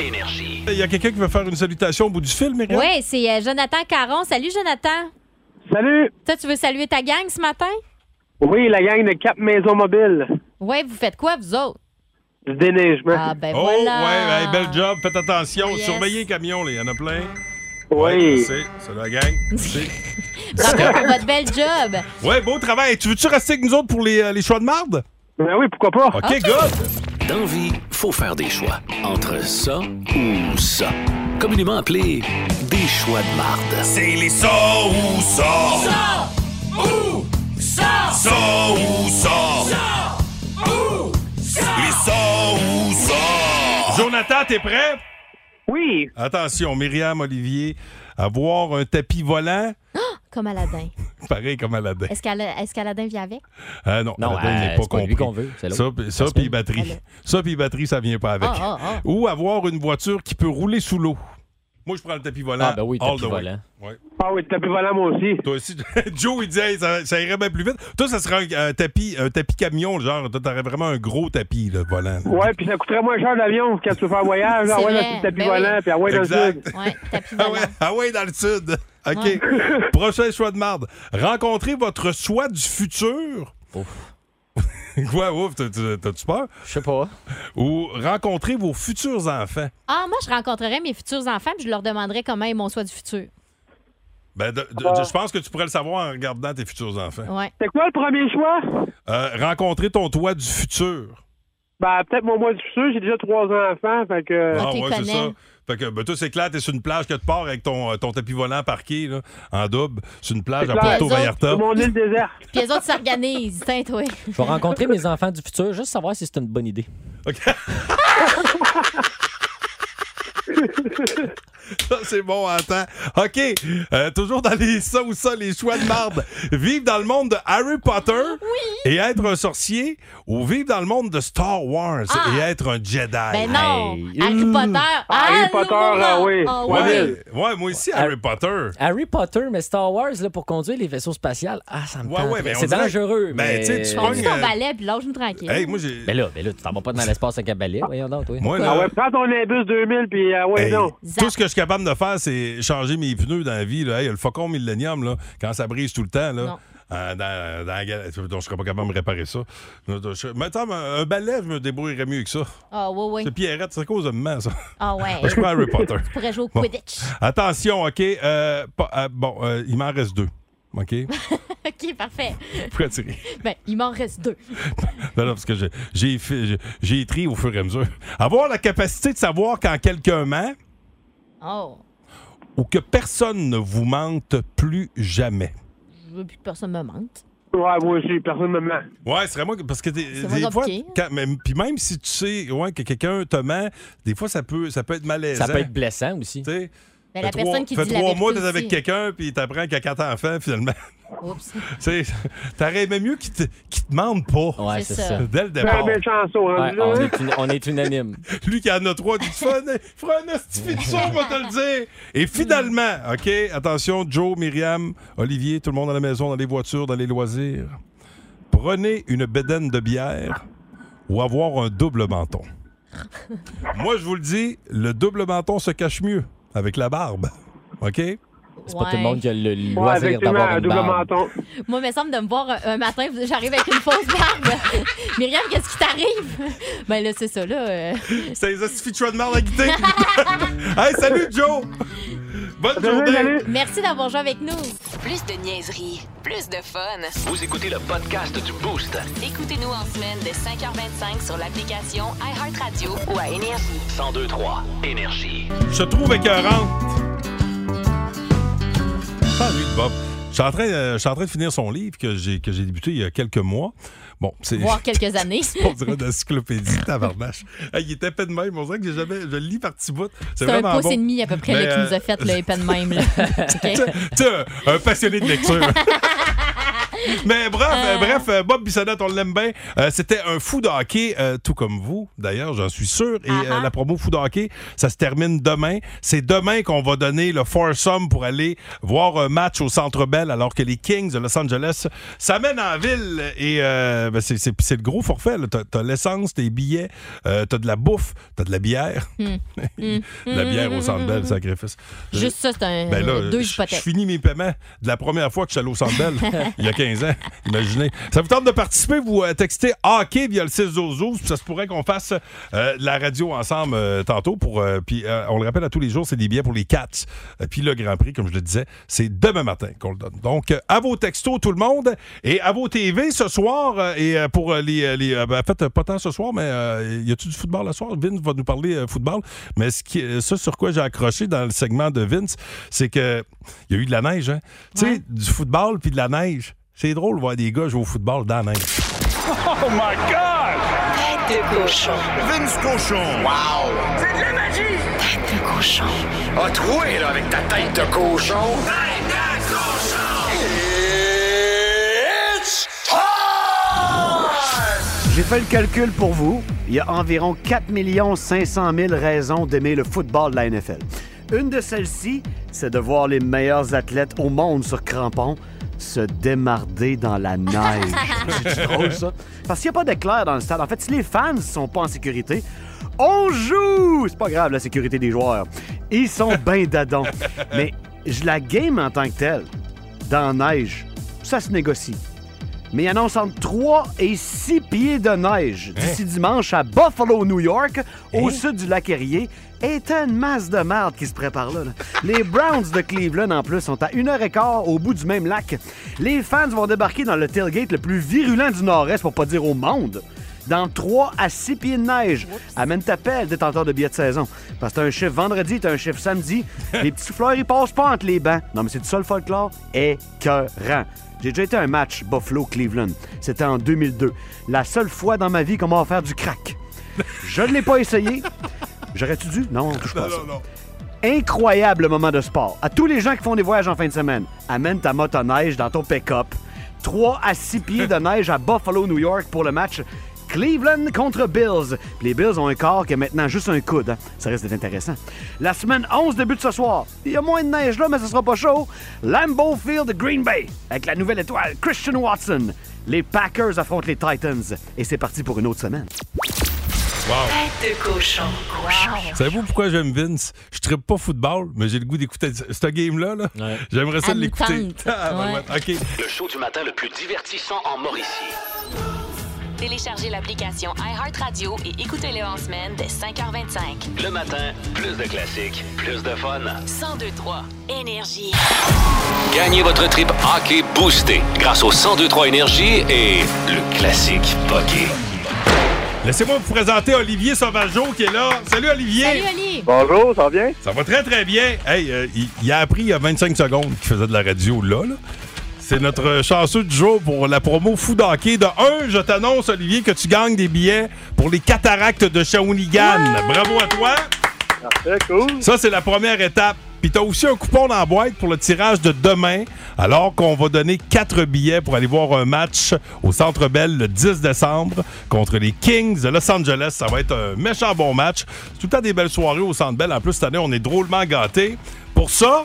Speaker 2: Énergie.
Speaker 3: Il y a quelqu'un qui veut faire une salutation au bout du film, Myriam?
Speaker 9: Oui, c'est euh, Jonathan Caron. Salut, Jonathan.
Speaker 13: Salut!
Speaker 9: Toi, tu veux saluer ta gang ce matin?
Speaker 13: Oui, la gang de Cap Maison Mobile.
Speaker 9: Oui, vous faites quoi, vous autres?
Speaker 13: Du déneigement.
Speaker 9: Ah, ben
Speaker 3: Oh,
Speaker 9: voilà.
Speaker 3: ouais, hey, bel job. Faites attention.
Speaker 9: Yes.
Speaker 3: Surveillez les camions, là. Il y en a plein.
Speaker 13: Oui.
Speaker 3: Ouais, je sais. c'est la gang. Je sais.
Speaker 9: Bravo pour votre bel job.
Speaker 3: Ouais, beau travail. Tu veux-tu rester avec nous autres pour les, euh, les choix de marde?
Speaker 13: Ben oui, pourquoi pas?
Speaker 9: Ah,
Speaker 3: OK, good.
Speaker 2: Dans vie, faut faire des choix. Entre ça ou ça. Communément appelé des choix de marde.
Speaker 14: C'est les ça ou ça. Ça ou ça. Ça ou ça. Ça ou ça. Les ça ou ça.
Speaker 3: Jonathan, t'es prêt?
Speaker 13: Oui.
Speaker 3: Attention, Myriam, Olivier, avoir un tapis volant,
Speaker 9: Comme Aladdin.
Speaker 3: pareil comme Aladdin.
Speaker 9: Est-ce qu'Ala- est-ce qu'Aladin vit avec?
Speaker 3: Ah non,
Speaker 12: Non,
Speaker 3: Aladdin, il
Speaker 12: euh,
Speaker 3: n'est pas
Speaker 12: c'est pas lui
Speaker 3: compris.
Speaker 12: qu'on veut, c'est
Speaker 3: ça,
Speaker 12: l'autre.
Speaker 3: puis- ça, puis batterie. Ça, puis batterie, ça vient pas avec.
Speaker 9: Ah, ah, ah.
Speaker 3: Ou avoir une voiture qui peut rouler sous l'eau. Moi, je prends le tapis volant.
Speaker 12: Ah, ben oui,
Speaker 3: all
Speaker 12: tapis
Speaker 3: the way.
Speaker 12: volant.
Speaker 3: Ouais.
Speaker 13: Ah oui, le tapis volant, moi aussi.
Speaker 3: Toi aussi. Joe, il dit, hey, ça, ça irait bien plus vite. Toi, ça serait un, euh, tapis, un tapis camion, genre, toi, t'aurais vraiment un gros tapis, le volant.
Speaker 13: Ouais, puis ça coûterait moins cher l'avion quand tu veux faire un voyage. Ah
Speaker 3: C'est
Speaker 13: ouais, dans
Speaker 3: vrai,
Speaker 13: le petit tapis
Speaker 3: ben
Speaker 13: volant,
Speaker 3: oui.
Speaker 13: puis ah ouais, dans le
Speaker 3: Exact.
Speaker 13: sud.
Speaker 3: Ah ouais, ah ouais, dans le sud. OK.
Speaker 13: Ouais.
Speaker 3: Prochain choix de marde. Rencontrer votre soi du futur. Quoi, ouf, t'as- t'as- t'as-tu peur?
Speaker 12: Je sais pas.
Speaker 3: Ou rencontrer vos futurs enfants.
Speaker 9: Ah, moi, je rencontrerais mes futurs enfants puis je leur demanderais comment ils m'ont soit du futur.
Speaker 3: Ben, de- de- je pense que tu pourrais le savoir en regardant tes futurs enfants.
Speaker 9: Ouais.
Speaker 13: C'est quoi le premier choix?
Speaker 3: Euh, rencontrer ton toi du futur.
Speaker 13: Ben, peut-être mon mois du futur, j'ai déjà trois enfants, fait que.
Speaker 3: Ah, ouais, c'est ça. Fait que, ben, toi, c'est clair, t'es sur une plage que tu pars avec ton, euh, ton tapis volant parqué, là, en double, sur une plage
Speaker 13: C'est
Speaker 3: à
Speaker 13: clair.
Speaker 3: Porto
Speaker 13: Les autres,
Speaker 3: Vallarta.
Speaker 13: sur mon île déserte.
Speaker 9: Puis les autres s'organisent, tiens, toi.
Speaker 12: Je vais rencontrer mes enfants du futur, juste savoir si c'est une bonne idée.
Speaker 3: Ça, c'est bon, attends. OK. euh, toujours dans les ça ou ça, les choix de marde. vivre dans le monde de Harry Potter et être un sorcier ou vivre dans le monde de Star Wars et être un Jedi.
Speaker 9: Ben non, Harry Potter. allô, maman. Ah ouais.
Speaker 3: ouais. ouais, moi aussi, Harry Potter.
Speaker 12: Harry Potter, mais Star Wars, là, pour conduire les vaisseaux spatiaux, ah, ça me
Speaker 3: Ouais,
Speaker 12: tente.
Speaker 3: ouais, mais on
Speaker 12: c'est
Speaker 3: dirait-
Speaker 12: dangereux,
Speaker 3: Ben,
Speaker 12: mais...
Speaker 3: tu sais, tu
Speaker 9: Prends ton balai puis lâche-nous tranquille.
Speaker 3: j'ai...
Speaker 12: Ben là, ben là, tu t'en vas pas dans l'espace avec un balai, voyons donc, toi.
Speaker 3: Moi, là- Ah ouais,
Speaker 13: Ben Prends ton Airbus 2000, puis ah ouais,
Speaker 3: Hey,
Speaker 13: non.
Speaker 3: tout ce que je suis capable de faire, c'est changer mes pneus dans la vie. Là. Hey, le Faucon Millennium, là, quand ça brise tout le temps, là,
Speaker 13: Non.
Speaker 3: euh, dans, dans la gal- donc, je serais pas capable de me réparer ça. Je- Maintenant, un un balai, je me débrouillerais mieux que ça.
Speaker 9: Ah, ouais, ouais.
Speaker 3: C'est Pierrette, c'est à cause de maman, ça.
Speaker 9: Ah, ouais.
Speaker 3: Je prends Harry Potter.
Speaker 9: Tu pourrais jouer au
Speaker 3: Bon.
Speaker 9: Quidditch.
Speaker 3: Attention, OK? euh, pas- euh, bon, euh, il m'en reste deux. OK?
Speaker 9: OK, parfait.
Speaker 3: Pourquoi tirer?
Speaker 9: Ben, il m'en reste deux.
Speaker 3: Non, non, parce que j'ai- j'ai fait- j'ai- j'ai écrit au fur et à mesure. Avoir la capacité de savoir quand quelqu'un ment
Speaker 9: Oh,
Speaker 3: ou que personne ne vous mente plus jamais.
Speaker 9: je veux plus que personne me mente.
Speaker 13: Ouais, moi aussi, personne ne me ment.
Speaker 3: Ouais, c'est vraiment que- parce que des,
Speaker 9: vraiment
Speaker 3: des fois,
Speaker 9: compliqué. hein.
Speaker 3: quand- même, puis même si tu sais ouais, que quelqu'un te ment, des fois ça peut, ça peut être malaisant.
Speaker 12: Ça peut être blessant aussi.
Speaker 9: Mais Ben, la personne qui
Speaker 3: fait
Speaker 9: dit la
Speaker 3: trois
Speaker 9: vérité
Speaker 3: mois t'es
Speaker 9: aussi.
Speaker 3: avec quelqu'un puis t'apprends qu'il a quatre enfants finalement.
Speaker 9: Oups.
Speaker 3: Tu sais, T'aurais aimé mieux qu'il te, qu'il te mente pas.
Speaker 12: Ouais, c'est C'est ça. ça.
Speaker 3: Dès le
Speaker 13: C'est
Speaker 3: départ.
Speaker 13: un bel chanson, hein,
Speaker 12: Ouais,
Speaker 13: dis-le.
Speaker 12: on, est une- on est unanime.
Speaker 3: Lui qui en a trois, dit fun, frère, un estifi de ça, on va te le dire. Et finalement, OK, attention, Joe, Myriam, Olivier, tout le monde à la maison, dans les voitures, dans les loisirs. Prenez une bédaine de bière ou avoir un double menton. Moi, je vous le dis, le double menton se cache mieux avec la barbe. OK?
Speaker 9: C'est pas tout le monde
Speaker 12: qui a le
Speaker 13: Ouais, effectivement, un double menton.
Speaker 9: Moi, il me semble de me voir euh, un, un matin, j'arrive avec une fausse barbe. Myriam, qu'est-ce qui t'arrive? Ben là, c'est ça, là. euh.
Speaker 3: C'est les estifi de choix de merde à quitter. hey, salut, Joe! Bonne journée!
Speaker 9: Merci d'avoir joué avec nous.
Speaker 6: Plus de niaiserie, plus de fun.
Speaker 2: Vous écoutez le podcast du Boost.
Speaker 6: Écoutez-nous en semaine de 5h25 sur l'application iHeartRadio ou à Énergie.
Speaker 2: 1023 Énergie.
Speaker 3: Je trouve écœurante. Salut, Bob. Je suis, en train, euh, je suis en train de finir son livre que j'ai, que j'ai débuté il y a quelques mois. Bon, c'est.
Speaker 9: Voir quelques années.
Speaker 3: On dirait une encyclopédie, tabarnache. Hey, il était pas de même. On dirait que j'ai jamais. Je le lis par petits bouts. C'est,
Speaker 9: C'est un
Speaker 3: vraiment
Speaker 9: pouce
Speaker 3: bon.
Speaker 9: et demi à peu près
Speaker 3: Mais,
Speaker 9: là, qui
Speaker 3: euh,
Speaker 9: nous a fait le épais de même. Là.
Speaker 3: Tu sais, tu sais, un- un passionné de lecture. Mais bref,
Speaker 9: Ah.
Speaker 3: euh, bref, euh, Bob Bissonnette, on l'aime bien. Euh, C'était un fou de hockey, euh, tout comme vous, d'ailleurs, j'en suis sûr.
Speaker 9: Ah,
Speaker 3: Et euh, la promo fou de hockey, ça se termine demain. C'est demain qu'on va donner le foursome pour aller voir un match au Centre Bell, alors que les Kings de Los Angeles s'amènent en ville. Et euh, ben, c'est- c'est c'est le gros forfait. là. T'as t'as l'essence, tes billets, euh, t'as de la bouffe, t'as de la bière.
Speaker 9: Mm.
Speaker 3: De la bière au Centre Bell,
Speaker 9: Mm.
Speaker 3: sacrifice.
Speaker 9: Juste ça, c'est un
Speaker 3: Ben là,
Speaker 9: deux
Speaker 3: je- je
Speaker 9: hypothèques.
Speaker 3: finis mes paiements de la première fois que je suis allé au Centre Bell, il y a 15 ans. Imaginez. Ça vous tente de participer, vous euh, textez hockey via le 612 puis ça se pourrait qu'on fasse euh, de la radio ensemble euh, tantôt. Pour, euh, puis euh, on le rappelle à tous les jours, c'est des billets pour les Cats. Euh, puis le Grand Prix, comme je le disais, c'est demain matin qu'on le donne. Donc, euh, à vos textos, tout le monde, et à vos TV ce soir, euh, et euh, pour euh, les... euh, les- euh, ben, en fait, euh, pas tant ce soir, mais euh, y a-tu du football le soir? Vince va nous parler euh, football, mais ce, qui, euh, ça sur quoi j'ai accroché dans le segment de Vince, c'est que il y a eu de la neige, hein? Tu sais, du football puis de la neige. C'est drôle de voir des gars jouer au football dans la neige.
Speaker 14: Oh my God! Tête de cochon. Vince cochon. Wow! C'est de la magie! Tête de cochon. A troué, là, avec ta tête de cochon. Tête de cochon! It's
Speaker 15: J'ai fait le calcul pour vous. Il y a environ 4 500 000 raisons d'aimer le football de la NFL. Une de celles-ci, c'est de voir les meilleurs athlètes au monde sur crampons se démarder dans la neige. C'est drôle, ça. Parce qu'il n'y a pas d'éclair dans le stade. En fait, si les fans sont pas en sécurité, on joue! C'est pas grave, la sécurité des joueurs. Ils sont ben dadons. Mais je la game en tant que telle, dans la neige, ça se négocie. Mais il annonce entre 3 et 6 pieds de neige d'ici dimanche à Buffalo, New York, au sud du lac Erie. Et t'as une masse de merde qui se prépare là. là. Les Browns de Cleveland, en plus, sont à une heure et quart au bout du même lac. Les fans vont débarquer dans le tailgate le plus virulent du Nord-Est, pour pas dire au monde. Dans 3 à 6 pieds de neige. Amène ta pelle, détenteur de billets de saison. Parce que t'as un chiffre vendredi, t'as un chiffre samedi. Les petits souffleurs, ils passent pas entre les bancs. Non, mais c'est du seul folklore écœurant. J'ai déjà été à un match Buffalo-Cleveland. C'était en 2002. La seule fois dans ma vie qu'on m'a offert du crack. Je ne l'ai pas essayé. J'aurais-tu dû? Non, on touche pas à ça. Incroyable moment de sport. À tous les gens qui font des voyages en fin de semaine, amène ta motoneige dans ton pick-up. 3 à 6 pieds de neige à Buffalo, New York pour le match Cleveland contre Bills. Puis les Bills ont un corps qui est maintenant juste un coude. hein. Ça reste intéressant. La semaine 11 débute ce soir. Il y a moins de neige là, mais ce sera pas chaud. Lambeau Field, Green Bay, avec la nouvelle étoile, Christian Watson. Les Packers affrontent les Titans. Et c'est parti pour une autre semaine.
Speaker 1: Tête de cochon. Wow.
Speaker 3: Savez-vous pourquoi j'aime Vince? Je tripe pas football, mais j'ai le goût d'écouter ce- ce game-là. là. J'aimerais ça
Speaker 2: Elle me
Speaker 3: l'écouter.
Speaker 2: tente.
Speaker 3: Ah, ouais, ouais. OK.
Speaker 2: Le show du matin le plus divertissant en Mauricie.
Speaker 6: Téléchargez l'application iHeartRadio et écoutez-le en semaine dès 5h25.
Speaker 2: Le matin, plus de classiques, plus de fun.
Speaker 6: 1023 Énergie.
Speaker 2: Gagnez votre trip hockey boosté grâce au 1023 Énergie et le classique hockey.
Speaker 3: Laissez-moi vous présenter Olivier Sauvageau qui est là. Salut Olivier!
Speaker 9: Salut, Oli.
Speaker 3: Bonjour, ça va bien? Ça va très très bien. Hey, euh, il, il a appris il y a 25 secondes qu'il faisait de la radio là. là. C'est notre chanceux du jour pour la promo Food Hockey. De 1, je t'annonce, Olivier, que tu gagnes des billets pour les cataractes de Shawinigan. Bravo à toi! Ça, c'est la première étape. Puis t'as aussi un coupon dans la boîte pour le tirage de demain, alors qu'on va donner quatre billets pour aller voir un match au Centre Bell le 10 décembre contre les Kings de Los Angeles. Ça va être un méchant bon match. C'est tout le temps des belles soirées au Centre Bell. En plus, cette année, on est drôlement gâtés. Pour ça,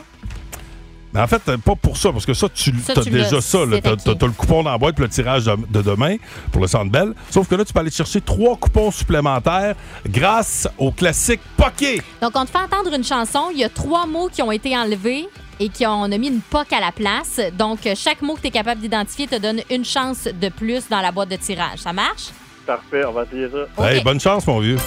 Speaker 3: mais en fait, euh, pas pour ça, parce que ça, tu
Speaker 14: Ça,
Speaker 3: as
Speaker 14: tu
Speaker 3: déjà
Speaker 14: l'as,
Speaker 3: ça. là.
Speaker 14: c'est
Speaker 3: T'as-
Speaker 14: acquis.
Speaker 3: T'as t'as le coupon dans la boîte pour le tirage de, de demain pour le Centre Bell. Sauf que là, tu peux aller chercher trois coupons supplémentaires grâce au classique Poké.
Speaker 9: Donc, on te fait entendre une chanson. Il y a trois mots qui ont été enlevés et qui ont, on a mis une POC à la place. Donc, euh, chaque mot que tu es capable d'identifier te donne une chance de plus dans la boîte de tirage. Ça marche?
Speaker 10: Parfait, on va essayer ça.
Speaker 3: Hey, Ben, bonne chance, mon vieux.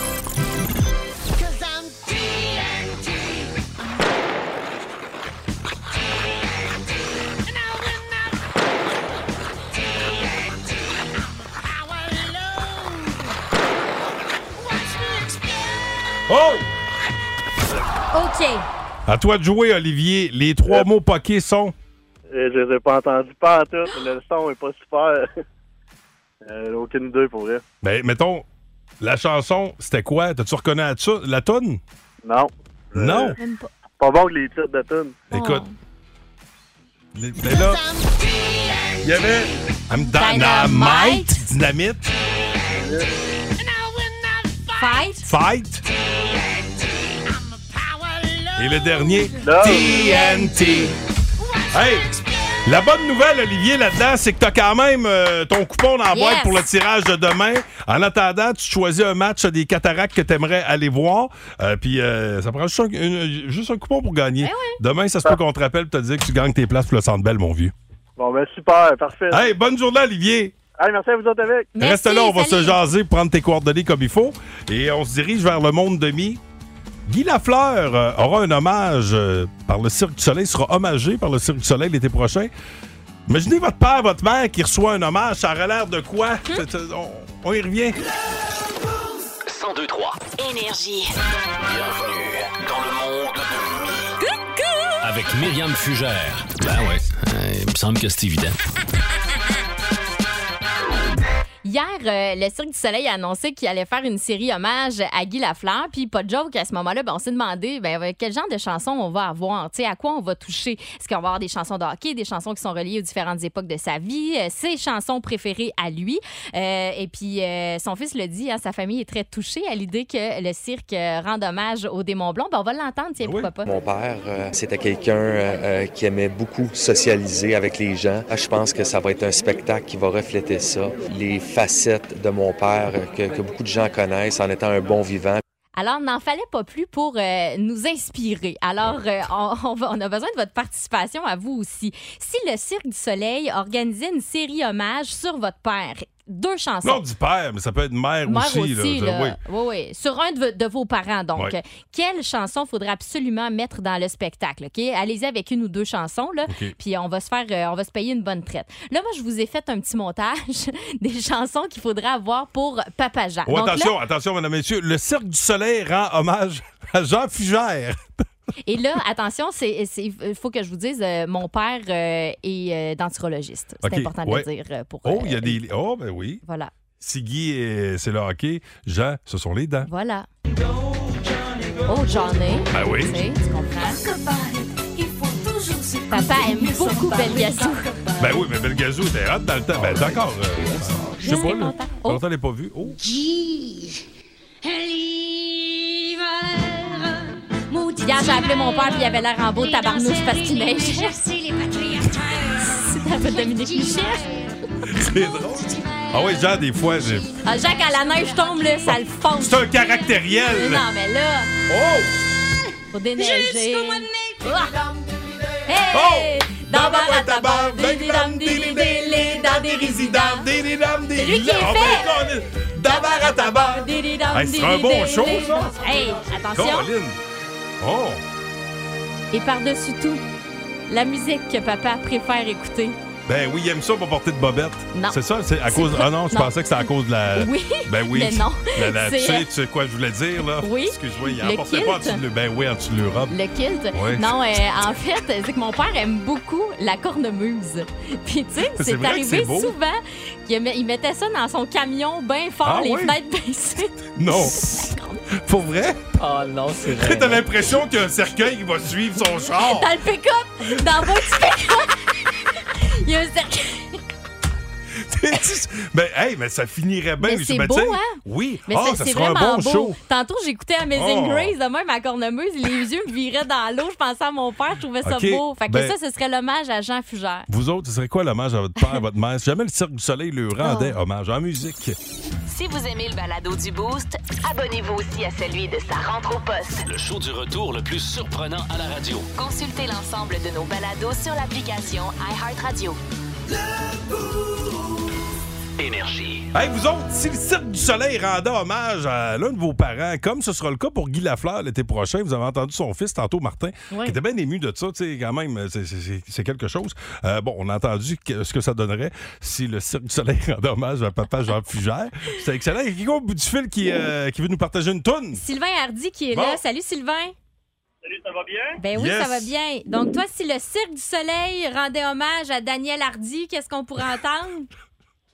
Speaker 3: Oh!
Speaker 9: OK.
Speaker 3: À toi de jouer, Olivier. Les trois mots Poké sont.
Speaker 10: Euh, Je les ai pas entendus pas en tout. Le son est pas super. Euh, aucune deux pour vrai.
Speaker 3: Ben, mettons, la chanson, c'était quoi? T'as-tu reconnu la, tu- la toune?
Speaker 10: Non.
Speaker 3: Non?
Speaker 10: Pas bon que les titres de tune.
Speaker 3: Écoute. Mais mais là, il y avait. I'm dynamite. Dynamite.
Speaker 9: Fight.
Speaker 3: Fight. Et le dernier, TNT. Hey! La bonne nouvelle, Olivier, là-dedans, c'est que t'as quand même euh, ton coupon dans la boîte
Speaker 14: Yes.
Speaker 3: pour le tirage de demain. En attendant, tu choisis un match des cataractes que t'aimerais aller voir. Euh, Puis euh, ça prend juste un, une- juste un coupon pour gagner. Demain, ça se peut qu'on te rappelle pour te dire que tu gagnes tes places pour le Centre Bell, mon vieux.
Speaker 10: Bon, ben super, parfait.
Speaker 3: Hey, bonne journée, Olivier.
Speaker 10: Hey, merci à vous autres avec.
Speaker 3: Reste là, on va se jaser, prendre tes coordonnées comme il faut. Et on se dirige vers le monde de mi. Guy Lafleur euh, aura un hommage euh, par le Cirque du Soleil, sera hommagé par le Cirque du Soleil l'été prochain. Imaginez votre père, votre mère qui reçoit un hommage, ça aurait l'air de quoi? C'est- euh, On, on y revient.
Speaker 2: 1023
Speaker 6: Énergie.
Speaker 2: Bienvenue dans le monde de Avec Myriam Fugère. Ben ouais, il me semble que c'est évident.
Speaker 9: hier, euh, le Cirque du Soleil a annoncé qu'il allait faire une série hommage à Guy Lafleur. Puis, pas de joke, à ce moment-là, ben, on s'est demandé ben, euh, quel genre de chansons on va avoir, tu sais, à quoi on va toucher. Est-ce qu'on va avoir des chansons de hockey, des chansons qui sont reliées aux différentes époques de sa vie, euh, ses chansons préférées à lui. Euh, et puis, euh, son fils le dit, hein, sa famille est très touchée à l'idée que le cirque euh, rende hommage au démon blond. Ben, on va l'entendre, tiens, pourquoi pas.
Speaker 16: Mon père, euh, c'était quelqu'un euh, euh, qui aimait beaucoup socialiser avec les gens. Je pense que ça va être un spectacle qui va refléter ça. Les facettes de mon père euh, que, que beaucoup de gens connaissent en étant un bon vivant.
Speaker 9: Alors, n'en fallait pas plus pour euh, nous inspirer. Alors, euh, on, on va- on a besoin de votre participation à vous aussi. Si le Cirque du Soleil organisait une série hommage sur votre père, deux chansons.
Speaker 3: Non, du père, mais ça peut être mère,
Speaker 9: Mère
Speaker 3: aussi. là,
Speaker 9: là.
Speaker 3: oui.
Speaker 9: Oui, oui. Sur un de, v- de vos parents, donc.
Speaker 3: Ouais.
Speaker 9: Quelle chanson faudrait absolument mettre dans le spectacle, OK? Allez-y avec une ou deux chansons, là,
Speaker 17: OK.
Speaker 9: puis on va se faire... euh, on va se payer une bonne traite. Là, moi, je vous ai fait un petit montage des chansons qu'il faudrait avoir pour Papa Jean.
Speaker 3: Oh,
Speaker 9: Donc là-
Speaker 3: attention, attention, mesdames et messieurs. Le Cirque du Soleil rend hommage à Jean Fugère.
Speaker 9: Et là, attention, c'est- c'est- il faut que je vous dise, euh, mon père euh, est euh, denturologiste. C'est
Speaker 3: OK,
Speaker 9: important de
Speaker 3: ouais.
Speaker 9: le dire euh, pour...
Speaker 3: Oh,
Speaker 9: euh,
Speaker 3: il y a des. Oh, ben oui.
Speaker 9: Voilà.
Speaker 3: Si Guy, est- c'est le hockey, Jean, ce sont les dents.
Speaker 9: Voilà. Oh, Johnny.
Speaker 3: Ben oui.
Speaker 9: Tu sais, tu comprends. Papa aime beaucoup Belgasso.
Speaker 3: Ben oui, mais Belgazou était hot dans le temps.
Speaker 9: Ah
Speaker 3: Ben d'accord. euh, je sais
Speaker 9: Je
Speaker 3: pas,
Speaker 9: suis
Speaker 3: là.
Speaker 9: contente.
Speaker 3: Longtemps, on l'a pas vu. Oh.
Speaker 17: Jeez. L'hiver. Maudit
Speaker 9: Hier, j'ai appelé mon père, puis il avait l'air en beau tabarnouche parce qu'il
Speaker 17: Les
Speaker 9: neigeait.
Speaker 17: bergères, c'est les patriarcats.
Speaker 9: C'est un peu Dominique Michel.
Speaker 3: C'est drôle. Ah oui, Jean, des fois, j'ai-
Speaker 9: Ah, Jacques, à la neige tombe, là, ça le fond.
Speaker 3: c'est un caractériel.
Speaker 9: Non, mais là.
Speaker 3: Oh!
Speaker 9: Faut déneiger.
Speaker 17: Jusqu'au mois de
Speaker 9: Ah!
Speaker 3: oh.
Speaker 9: Hey! Dans ma boîte à barbe, des dames, des délés, dans des résidents. Ah C'est lui qui est fait.
Speaker 3: Dabaratabar.
Speaker 9: Hey,
Speaker 3: Hey, c'est un bon show, ça.
Speaker 9: Hey, attention.
Speaker 3: Caroline. Oh!
Speaker 9: Et par-dessus tout, la musique que papa préfère écouter.
Speaker 3: Ben oui, il aime ça pour porter de bobette.
Speaker 9: Non.
Speaker 3: C'est ça, c'est à cause. Ah non, je
Speaker 9: Non.
Speaker 3: pensais que c'était à cause de la.
Speaker 9: Oui,
Speaker 3: Ben oui.
Speaker 9: mais non.
Speaker 3: La- la- Tu
Speaker 9: C'est- euh,
Speaker 3: sais, tu sais quoi je voulais dire, là?
Speaker 9: Oui.
Speaker 3: Excuse-moi, il en
Speaker 9: Le
Speaker 3: portait pas en
Speaker 9: kilt.
Speaker 3: dessous de l'Europe. Ben oui, en dessous de l'Europe.
Speaker 9: Le kilt.
Speaker 3: Ouais.
Speaker 9: Non, euh, en fait, c'est que mon père aime beaucoup la cornemuse. Puis, tu sais,
Speaker 3: C'est
Speaker 9: c'est
Speaker 3: vrai que
Speaker 9: arrivé
Speaker 3: c'est beau.
Speaker 9: souvent qu'il met- il mettait ça dans son camion bien fort,
Speaker 3: Ah
Speaker 9: les
Speaker 3: oui?
Speaker 9: fenêtres baissées.
Speaker 3: Non. Pour vrai?
Speaker 12: Oh non, c'est
Speaker 3: Tu sais, T'as l'impression qu'il y a un cercueil qui va suivre son char.
Speaker 9: Eh, Dans le pick-up, dans le bas du pick-up. Il y a un cercueil.
Speaker 3: ben, hey, mais ça finirait bien.
Speaker 9: Mais
Speaker 3: je-
Speaker 9: c'est
Speaker 3: ben,
Speaker 9: beau,
Speaker 3: tu sais,
Speaker 9: hein?
Speaker 3: Oui.
Speaker 9: Mais
Speaker 3: ah,
Speaker 9: c'est-
Speaker 3: ça
Speaker 9: c'est
Speaker 3: sera un
Speaker 9: vraiment
Speaker 3: bon
Speaker 9: beau.
Speaker 3: show.
Speaker 9: Tantôt, j'écoutais Amazing
Speaker 3: Oh.
Speaker 9: Grace de même à Cornemuse. Les yeux me viraient dans l'eau. Je pensais à mon père. Je trouvais ça
Speaker 3: OK,
Speaker 9: beau. Fait que
Speaker 3: ben-
Speaker 9: ça, ce serait l'hommage à Jean Fugère.
Speaker 3: Vous autres, ce serait quoi l'hommage à votre père, à votre mère? Si jamais le Cirque du Soleil lui rendait hommage en musique.
Speaker 1: Si vous aimez le balado du Boost, abonnez-vous aussi à celui de sa rentre au poste.
Speaker 2: Le show du retour le plus surprenant à la radio.
Speaker 6: Consultez l'ensemble de nos balados sur l'application iHeartRadio.
Speaker 2: Énergie.
Speaker 3: Hey, vous autres, si le Cirque du Soleil rendait hommage à l'un de vos parents, comme ce sera le cas pour Guy Lafleur l'été prochain, vous avez entendu son fils tantôt, Martin,
Speaker 14: Ouais.
Speaker 3: qui était bien ému de ça, tu sais, quand même, c'est- c'est- c'est c'est quelque chose. Euh, bon, on a entendu que- ce que ça donnerait si le Cirque du Soleil rendait hommage à papa Jean Fugère. C'est excellent. Il y a quelqu'un au bout du fil qui, euh, qui veut nous partager une toune.
Speaker 9: Sylvain Hardy qui est
Speaker 3: Bon.
Speaker 9: là. Salut, Sylvain.
Speaker 10: Salut, ça va bien?
Speaker 9: Ben oui,
Speaker 3: Yes.
Speaker 9: ça va bien. Donc, toi, si le Cirque du Soleil rendait hommage à Daniel Hardy, qu'est-ce qu'on pourrait entendre?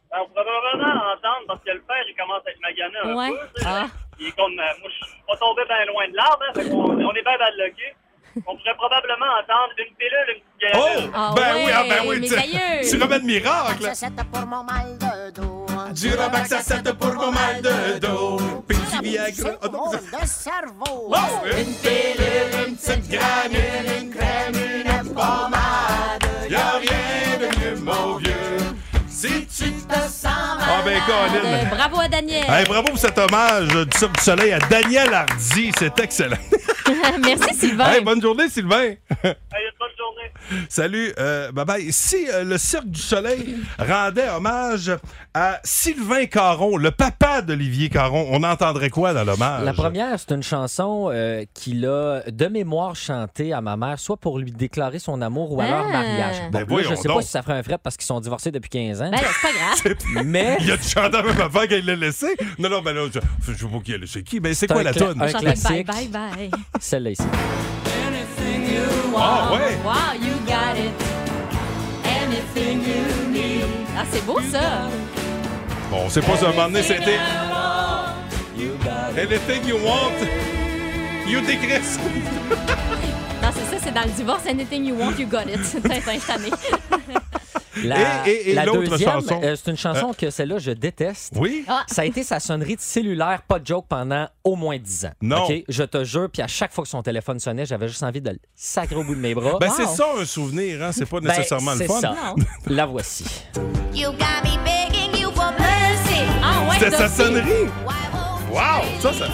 Speaker 10: On pourrait probablement entendre parce que le père, il commence à être magané un
Speaker 9: Ouais.
Speaker 10: peu. tu sais.
Speaker 9: Ah.
Speaker 10: Il est comme. euh, Moi, je suis pas tombé bien loin de l'arbre, hein, fait qu'on- on, est bien mal loqué. On pourrait probablement entendre une pilule, une petite
Speaker 3: Oh! ben oui, ah, ben oui, tu, tu remets de miracle.
Speaker 17: C'était pour mon mal de dos.
Speaker 3: Du Robaxacete pour mon mal de dos. Puis du Viagra. Ah, non, c'est-
Speaker 17: De cerveau.
Speaker 3: Oh! Une pilule, une petite granule,
Speaker 17: une crème, une pommade.
Speaker 3: Y'a rien de mieux, mon vieux. Si tu
Speaker 17: te sens
Speaker 3: Ah ben
Speaker 9: Euh,
Speaker 3: Colin.
Speaker 9: bravo à Daniel.
Speaker 3: Hey, bravo pour cet hommage euh, du Cirque du Soleil à Daniel Hardy, c'est excellent.
Speaker 9: Merci, Sylvain.
Speaker 3: Hey, bonne journée Sylvain.
Speaker 10: bonne journée.
Speaker 3: Salut, euh, bye bye. Si euh, le Cirque du Soleil rendait hommage à Sylvain Caron, le papa d'Olivier Caron, on entendrait quoi dans l'hommage
Speaker 12: La première, c'est une chanson euh, qu'il a de mémoire chantée à ma mère, soit pour lui déclarer son amour ou à leur
Speaker 9: Ah.
Speaker 12: mariage. Bon,
Speaker 3: Ben
Speaker 12: là,
Speaker 3: voyons
Speaker 12: je sais
Speaker 3: donc.
Speaker 12: pas si ça ferait un fret parce qu'ils sont divorcés depuis 15 ans.
Speaker 9: Ben, c'est pas grave.
Speaker 12: mais
Speaker 3: Il a du chanté à même affaire qu'il l'a laissé. Non, non, ben là, je, je sais pas qui a laissé qui, mais c'est
Speaker 12: C'est
Speaker 3: quoi
Speaker 12: un
Speaker 3: la
Speaker 12: cla-
Speaker 3: tonne?
Speaker 12: un
Speaker 9: Chanter
Speaker 12: classique.
Speaker 9: Bye, bye, bye.
Speaker 12: celle-là ici.
Speaker 9: Ah
Speaker 3: ouais.
Speaker 9: Wow, you got it. Anything you need. Ah, c'est beau, ça.
Speaker 3: Bon, on sait pas si à un moment donné c'était. Anything you want, you décrisse.
Speaker 9: Non, c'est ça, c'est dans le divorce. Anything you want, you got it. Tintin, je t'en ai.
Speaker 12: La,
Speaker 3: Et- et- et
Speaker 12: la
Speaker 3: l'autre
Speaker 12: deuxième,
Speaker 3: chanson?
Speaker 12: euh, c'est une chanson que celle-là, je déteste.
Speaker 3: Oui.
Speaker 9: Ah.
Speaker 12: Ça a été sa sonnerie de cellulaire, pas de joke, pendant au moins 10 ans.
Speaker 3: Non.
Speaker 12: OK? Je te jure, puis à chaque fois que son téléphone sonnait, j'avais juste envie de le sacrer au bout de mes bras.
Speaker 3: Ben, c'est ça un souvenir, hein? C'est pas
Speaker 12: Oh, Ben,
Speaker 3: nécessairement le
Speaker 12: c'est
Speaker 3: fun.
Speaker 12: ça. La voici.
Speaker 7: You got me begging you for mercy. Ah ouais,
Speaker 3: C'était sa
Speaker 7: Sophie.
Speaker 3: sonnerie. Wow! Ça, ça.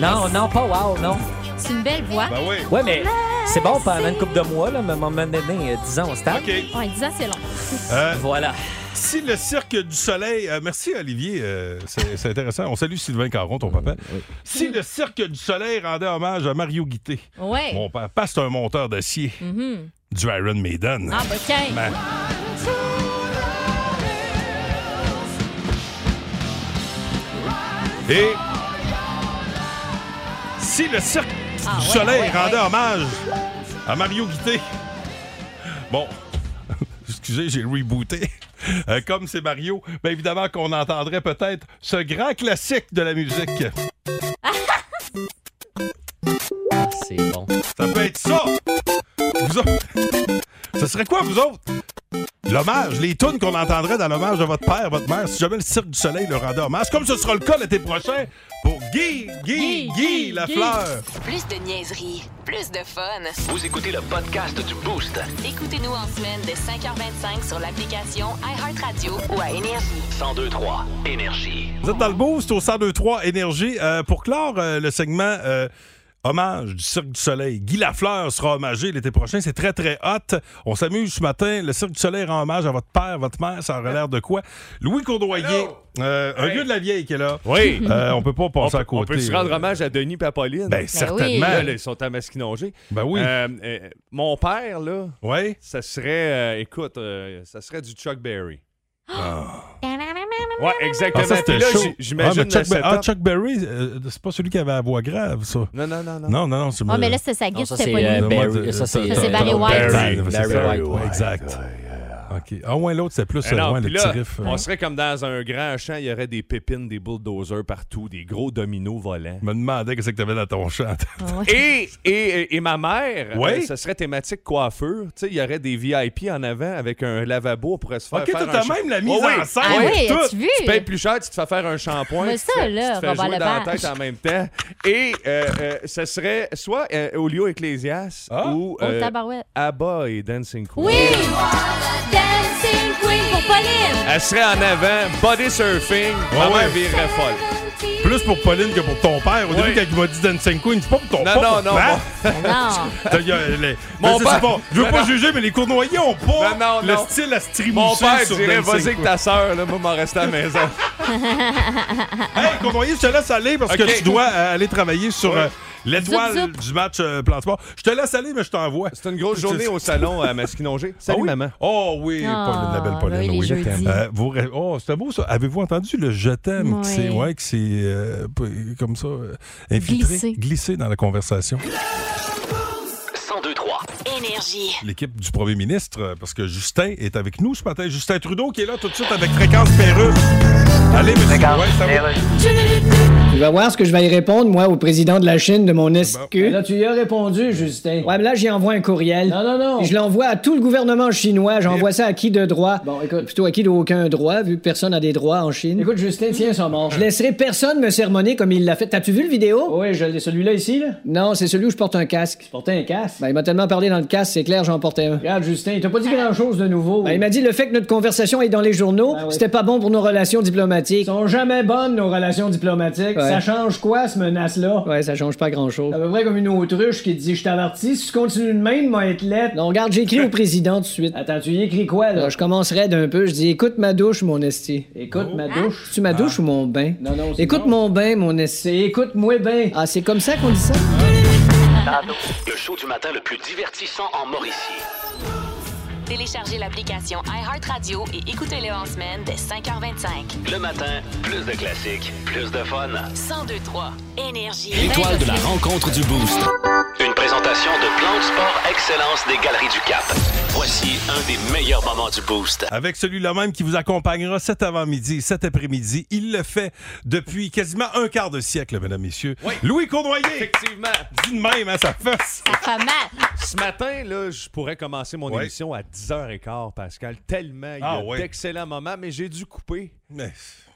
Speaker 12: Non, non, pas wow, non.
Speaker 9: C'est une belle voix.
Speaker 3: Ben oui.
Speaker 12: Ouais, mais c'est bon pendant une couple de mois, là, mais à un moment donné, euh, 10 ans, on se tape.
Speaker 9: Ouais, 10 ans, c'est long.
Speaker 12: Voilà.
Speaker 3: Euh, Si le cirque du soleil. euh, merci, Olivier. euh, c'est c'est intéressant. On salue Sylvain Caron, ton papa. Si le cirque du soleil rendait hommage à Mario Guité.
Speaker 9: Ouais.
Speaker 3: Mon papa, c'est un monteur d'acier
Speaker 14: Mm-hmm.
Speaker 9: Mhm.
Speaker 3: du Iron Maiden.
Speaker 9: Ah, ben, tiens.
Speaker 3: Ben, Et si le cirque
Speaker 14: Ah,
Speaker 3: du
Speaker 14: ouais,
Speaker 3: soleil
Speaker 14: ouais,
Speaker 3: rendait
Speaker 14: ouais.
Speaker 3: hommage à Mario Guité, bon, excusez, j'ai rebooté. Euh, comme c'est Mario, bien évidemment qu'on entendrait peut-être ce grand classique de la musique.
Speaker 12: C'est bon.
Speaker 3: Ça peut être ça. Vous autres, ce serait quoi, vous autres? L'hommage, les tunes qu'on entendrait dans l'hommage de votre père, votre mère, si jamais le Cirque du Soleil le rendait hommage, comme ce sera le cas l'été prochain pour Guy, Guy, Guy, Lafleur.
Speaker 6: Plus de niaiserie, plus de fun.
Speaker 2: Vous écoutez le podcast du Boost.
Speaker 6: Écoutez-nous en semaine de 5h25 sur l'application iHeartRadio ou à Énergie.
Speaker 2: 1023 Énergie.
Speaker 3: Vous êtes dans le boost au 1023 Énergie. Euh, pour clore euh, le segment euh, hommage du Cirque du Soleil, Guy Lafleur sera hommagé l'été prochain. C'est très, très hot. On s'amuse ce matin. Le Cirque du Soleil rend hommage à votre père, votre mère. Ça aurait l'air de quoi? Louis Courdoyer, euh, un vieux de la vieille qui est là.
Speaker 11: Oui.
Speaker 3: Euh, on peut pas passer
Speaker 11: On
Speaker 3: à
Speaker 11: peut-
Speaker 3: côté. euh.
Speaker 11: On peut se rendre hommage à Denis et à Pauline.
Speaker 3: Ben, Ben certainement. oui.
Speaker 11: Là, là, ils sont à Masquinongé.
Speaker 3: Ben oui.
Speaker 11: Euh, euh, mon père, là,
Speaker 3: ouais.
Speaker 11: ça serait, euh, écoute, euh, ça serait du Chuck Berry. Ouais, exactement.
Speaker 3: Ah, ça,
Speaker 11: Puis
Speaker 3: c'était
Speaker 11: là,
Speaker 3: chaud.
Speaker 11: j- j'imagine
Speaker 3: Ah, mais Chuck,
Speaker 11: le
Speaker 3: Be- ah,
Speaker 11: setup.
Speaker 3: Chuck Berry, euh, c'est pas celui qui avait la voix grave, ça.
Speaker 11: Non, non, non. Non,
Speaker 3: non, non. c'est euh,
Speaker 9: Ah, mais là, c'était sa guide, c'était pas
Speaker 12: euh,
Speaker 9: lui.
Speaker 12: Ben, ça, c'est-
Speaker 9: Ça, c'est Barry White.
Speaker 3: Barry,
Speaker 12: Barry
Speaker 3: c'est ça,
Speaker 12: White.
Speaker 3: ouais, Exact. OK. Ah, ouais, l'autre, c'est plus
Speaker 11: Eh
Speaker 3: euh,
Speaker 11: non,
Speaker 3: ouais, le
Speaker 11: puis
Speaker 3: petit
Speaker 11: là,
Speaker 3: riff.
Speaker 11: On serait comme dans un grand champ, il y aurait des pépines, des bulldozers partout, des gros dominos volants.
Speaker 3: Je me demandais qu'est-ce que t'avais dans ton chant.
Speaker 9: hein.
Speaker 11: Et, et, et ma mère,
Speaker 3: Ouais.
Speaker 11: euh, ce serait thématique coiffure. Tu sais, il y aurait des VIP en avant avec un lavabo, on pourrait se faire
Speaker 3: Ok,
Speaker 11: faire
Speaker 3: t'as
Speaker 11: un Oh, cha-
Speaker 3: même la mise
Speaker 11: Ouais, ouais.
Speaker 3: en scène,
Speaker 9: Ah oui,
Speaker 11: tout.
Speaker 9: as-tu vu?
Speaker 12: Euh,
Speaker 11: Tu payes plus cher, tu te fais faire un shampoing,
Speaker 9: Mais
Speaker 11: tu te
Speaker 9: ça,
Speaker 11: fais-
Speaker 9: là,
Speaker 11: tu te fais
Speaker 9: Robert
Speaker 11: jouer dans la
Speaker 9: Lepage.
Speaker 11: tête en même temps. Et euh, euh, ce serait soit euh, Olio Ecclesias
Speaker 3: Ah.
Speaker 11: ou euh,
Speaker 9: Oh, tabarouette.
Speaker 11: Abba et Dancing Queen.
Speaker 9: Oui! Dancing Queen pour Pauline!
Speaker 11: Elle serait en avant, body surfing, ma
Speaker 3: Ouais,
Speaker 11: mère
Speaker 3: ouais.
Speaker 11: virerait folle.
Speaker 3: Plus pour Pauline que pour ton père. Au
Speaker 11: Oui.
Speaker 3: début, quand il m'a dit Dancing Queen, c'est pas pour ton
Speaker 11: Non,
Speaker 3: père. hein?
Speaker 11: non, non,
Speaker 9: Ah Non.
Speaker 11: Mon
Speaker 3: Mon
Speaker 11: père-
Speaker 3: Pas, je veux
Speaker 11: Mais
Speaker 3: pas
Speaker 11: non.
Speaker 3: juger, mais les Cournoyers ont pas
Speaker 11: Non,
Speaker 3: le
Speaker 11: non.
Speaker 3: style à streamer.
Speaker 11: Mon père dirait,
Speaker 3: Dancing
Speaker 11: vas-y que ta sœur, là, moi, m'en rester à la maison.
Speaker 3: Hey, Cournoyer, je te laisse aller parce
Speaker 11: Ok.
Speaker 3: que tu dois euh, aller travailler sur euh, l'étoile
Speaker 11: Zoup, zoup.
Speaker 3: du match euh, plan de sport. Je te laisse aller, mais je t'envoie.
Speaker 11: C'est une grosse journée au salon à Masquinongé. Salut,
Speaker 3: Ah oui?
Speaker 11: maman.
Speaker 3: Oh oui,
Speaker 11: Ah,
Speaker 3: Pauline, la belle Pauline.
Speaker 11: ben oui,
Speaker 3: oui.
Speaker 11: les jeudis.
Speaker 3: Euh, vous ré- oh, c'était beau ça. Avez-vous entendu le je t'aime qui s'est
Speaker 11: Ouais.
Speaker 3: ouais, qui s'est, euh, p- comme ça euh, infiltré,
Speaker 6: Glissé.
Speaker 3: glissé dans la conversation?
Speaker 2: 1023
Speaker 6: Énergie.
Speaker 3: l'équipe du premier ministre, euh, parce que Justin est avec nous ce matin. Justin Trudeau qui est là tout de suite avec Fréquence Pérusse. Allez, monsieur. Ouais, ça va.
Speaker 4: Tu vas voir ce que je vais y répondre, moi, au président de la Chine de mon SQ. Là, tu y as répondu, Justin. Ouais, mais là, j'y envoie un courriel. Non, non, non. je l'envoie à tout le gouvernement chinois. J'envoie ça à qui de droit? Bon, écoute. Plutôt à qui d'aucun droit, vu que personne n'a des droits en Chine. Écoute, Justin, tiens ça mort. Je laisserai personne me sermonner comme il l'a fait. T'as-tu vu le vidéo? Oui, je l'ai. Celui-là ici, là? Non, c'est celui où je porte un casque. Tu portais un casque? Ben, il m'a tellement parlé dans le casque, c'est clair, j'en portais un. Regarde, Justin, il t'a pas dit grand-chose de nouveau. il m'a dit le fait que notre conversation est dans les journaux, c'était pas bon pour nos relations diplomatiques. sont jamais bonnes, nos relations diplomatiques.
Speaker 5: Ça
Speaker 4: change quoi, ce menace-là? Ouais, ça change pas grand-chose. C'est à peu près comme une autruche qui dit Je t'avertis, si tu continues de même, moi être lettre. Non, regarde, j'écris au président tout de suite. Attends, tu y écris quoi, là? Euh, je commencerai d'un peu. Je dis Écoute ma douche, mon esti. Écoute ma douche. Tu ma douche ou mon bain? Non, non, Écoute mon bain, mon esti. Écoute-moi bain. Ah, c'est comme ça qu'on dit ça?
Speaker 2: Le show du matin le plus divertissant en Mauricie.
Speaker 6: Téléchargez l'application iHeartRadio et écoutez-le en semaine dès 5h25.
Speaker 2: Le matin, plus de classiques, plus de fun.
Speaker 6: 1023 Énergie.
Speaker 2: L'étoile de la rencontre du Boost. Une présentation de plan de sport excellence des Galeries du Cap. Voici un des meilleurs moments du Boost.
Speaker 3: Avec celui-là même qui vous accompagnera cet avant-midi, cet après-midi. Il le fait depuis quasiment un quart de siècle, mesdames, messieurs. Louis Cournoyer!
Speaker 11: Effectivement.
Speaker 3: Dis de même, hein, ça fesse.
Speaker 9: Ça fait mal.
Speaker 11: Ce matin, là, je pourrais commencer mon émission à 10h15, Pascal, tellement il y
Speaker 3: Ah,
Speaker 11: a
Speaker 3: ouais.
Speaker 11: d'excellents moments, mais j'ai dû couper.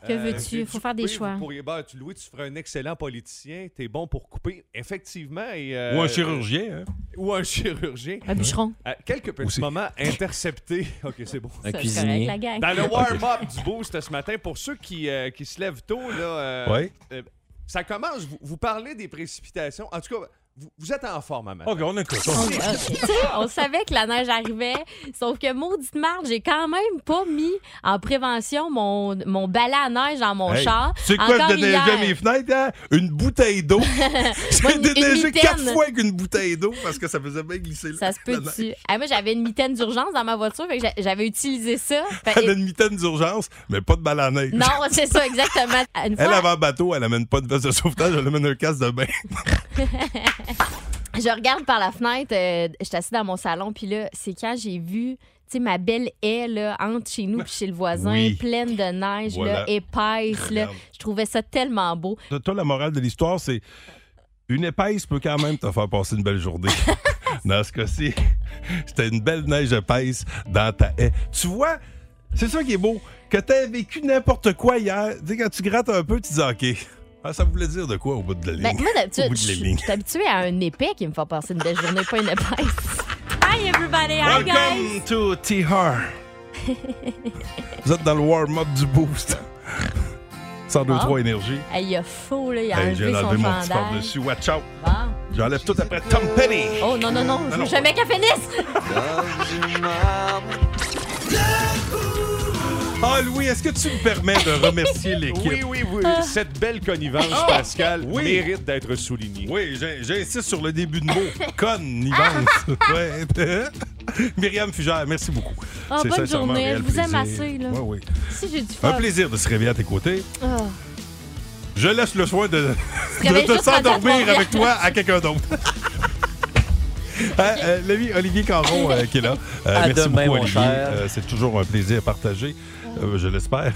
Speaker 9: Que veux-tu?
Speaker 11: j'ai dû
Speaker 9: Faut faire des
Speaker 11: Euh, couper.
Speaker 9: choix.
Speaker 11: Vous pourriez- ben, tu, Louis, tu ferais un excellent politicien, t'es bon pour couper, effectivement. Et, euh,
Speaker 3: Ou un chirurgien. hein.
Speaker 11: Ou un chirurgien.
Speaker 3: Un bûcheron.
Speaker 11: Euh, quelques petits moments interceptés. OK, c'est bon.
Speaker 3: Un Ça, c'est cuisinier. correct, la gang.
Speaker 11: Dans le
Speaker 3: Ok.
Speaker 11: warm-up du boost ce matin, pour ceux qui, euh, qui se lèvent tôt, là, euh,
Speaker 3: Ouais.
Speaker 11: euh, ça commence. Vous, vous parlez des précipitations. En tout cas, vous, vous êtes en forme, maman.
Speaker 3: OK, on écoute.
Speaker 9: On, tu sais, on savait que la neige arrivait, sauf que maudite marde, j'ai quand même pas mis en prévention mon, mon balai à neige dans mon
Speaker 3: Hey,
Speaker 9: char.
Speaker 3: Tu sais quoi,
Speaker 9: Encore
Speaker 3: je déneigeais
Speaker 9: hier.
Speaker 3: mes fenêtres, hein? Une bouteille d'eau.
Speaker 9: Moi,
Speaker 3: J'ai
Speaker 9: une- une
Speaker 3: déneigé
Speaker 9: mitaine.
Speaker 3: quatre fois avec une bouteille d'eau parce que ça faisait bien glisser là.
Speaker 9: Ça se peut-tu? Ah, moi, j'avais une mitaine d'urgence dans ma voiture, fait que j'a- j'avais utilisé ça. Fait-
Speaker 3: Elle a une mitaine d'urgence, mais pas de balle à neige.
Speaker 9: Ben, non, c'est ça, exactement. Une
Speaker 3: Elle,
Speaker 9: fois-
Speaker 3: avant bateau, elle amène pas de veste de sauvetage, elle amène un casque de bain.
Speaker 9: Je regarde par la fenêtre, euh, je suis assise dans mon salon, puis là, c'est quand j'ai vu, tu sais, ma belle haie, là, entre chez nous puis chez le voisin,
Speaker 3: Oui.
Speaker 9: pleine de neige,
Speaker 3: Voilà.
Speaker 9: là, épaisse, là.
Speaker 3: Regarde.
Speaker 9: Je trouvais ça tellement beau.
Speaker 3: Toi, Toi, la morale de l'histoire, c'est une épaisse peut quand même te faire passer une belle journée. dans ce cas-ci, c'était une belle neige épaisse dans ta haie. Tu vois, c'est ça qui est beau, que t'as vécu n'importe quoi hier. Tu sais, quand tu grattes un peu, tu dis OK. Ah, ça voulait dire de quoi au bout de la ligne?
Speaker 9: Ben, moi,
Speaker 3: au
Speaker 9: d'habitude,
Speaker 3: bout
Speaker 9: je
Speaker 3: de la
Speaker 9: suis
Speaker 3: ligne.
Speaker 9: je suis habituée à un épais qui me fait passer une belle journée, pas une épaisse. Hi, everybody! Hi, guys!
Speaker 3: Welcome to TR. Vous êtes dans le warm-up du boost. 102-3
Speaker 9: Ah.
Speaker 3: énergie.
Speaker 9: Hey, il a faux, là, il a
Speaker 3: Hey,
Speaker 9: enlevé
Speaker 3: J'ai
Speaker 9: son
Speaker 3: enlevé mon petit
Speaker 9: chandail.
Speaker 3: par-dessus. Watch out.
Speaker 9: Bon.
Speaker 3: J'enlève tout après Tom Petty.
Speaker 9: Oh non, non, non,
Speaker 3: Ah
Speaker 9: je veux jamais qu'elle finisse!
Speaker 3: Ah, Louis, est-ce que tu me permets de remercier l'équipe?
Speaker 11: Oui, oui, oui. Cette belle connivence,
Speaker 3: Ah!
Speaker 11: Pascal,
Speaker 3: Oui.
Speaker 11: mérite d'être soulignée.
Speaker 3: Oui, j'ai- j'insiste sur le début de mot. Connivence. Ouais. Myriam Fugère, merci beaucoup.
Speaker 9: Ah,
Speaker 3: C'est
Speaker 9: bonne
Speaker 3: sincèrement
Speaker 9: journée.
Speaker 3: un réel
Speaker 9: Je vous aime
Speaker 3: plaisir.
Speaker 9: assez, là.
Speaker 3: Ouais, oui.
Speaker 9: Si j'ai du fun.
Speaker 3: Un plaisir de se réveiller à tes côtés.
Speaker 9: Ah.
Speaker 3: Je laisse le soin de,
Speaker 9: Je réveille
Speaker 3: de te
Speaker 9: juste rendu à
Speaker 3: s'endormir
Speaker 9: Trois-Rivières.
Speaker 3: avec toi à quelqu'un d'autre. Hein, euh, L'ami Olivier Caron euh, qui est là. Euh,
Speaker 12: À
Speaker 3: merci
Speaker 12: demain,
Speaker 3: beaucoup,
Speaker 12: mon
Speaker 3: Olivier.
Speaker 12: cher.
Speaker 3: Euh, C'est toujours un plaisir à partager. Euh, je l'espère.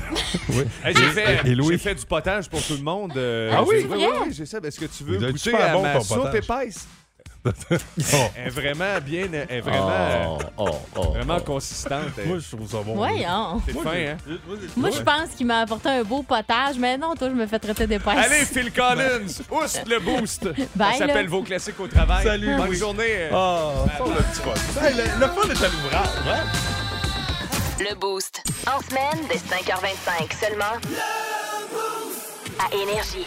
Speaker 3: oui.
Speaker 11: Hey, j'ai, fait,
Speaker 3: Et Louis.
Speaker 11: j'ai fait du potage pour tout le monde. euh,
Speaker 3: Ah oui?
Speaker 11: j'ai- Oui, oui, j'ai ça. Est-ce que tu veux
Speaker 3: Il doit être
Speaker 11: goûter
Speaker 3: super
Speaker 11: à
Speaker 3: bon,
Speaker 11: ma
Speaker 3: ton
Speaker 11: soupe
Speaker 3: potage.
Speaker 11: épaisse?
Speaker 3: Oh.
Speaker 11: Elle est vraiment bien, elle est
Speaker 3: Ah.
Speaker 11: vraiment, euh, vraiment consistante. elle.
Speaker 3: hein. Moi, je trouve ça bon.
Speaker 9: Voyons.
Speaker 11: C'est
Speaker 9: Moi,
Speaker 11: fin,
Speaker 9: je-
Speaker 11: hein?
Speaker 9: Moi, je pense qu'il m'a apporté un beau potage, mais non, toi, je me fais traiter d'épaisse.
Speaker 11: Allez, Phil Collins, ouste le boost.
Speaker 9: Bye,
Speaker 11: ça s'appelle
Speaker 9: là.
Speaker 11: Vos Classiques au travail.
Speaker 3: Ben. Salut,
Speaker 11: Bonne
Speaker 3: Louis.
Speaker 11: journée. euh.
Speaker 3: Ah,
Speaker 11: Pour le petit potage.
Speaker 3: Hey, Ben, le, le fun est à l'ouvrage. hein?
Speaker 1: Le Boost. En semaine, dès 5h25 seulement. À Énergie.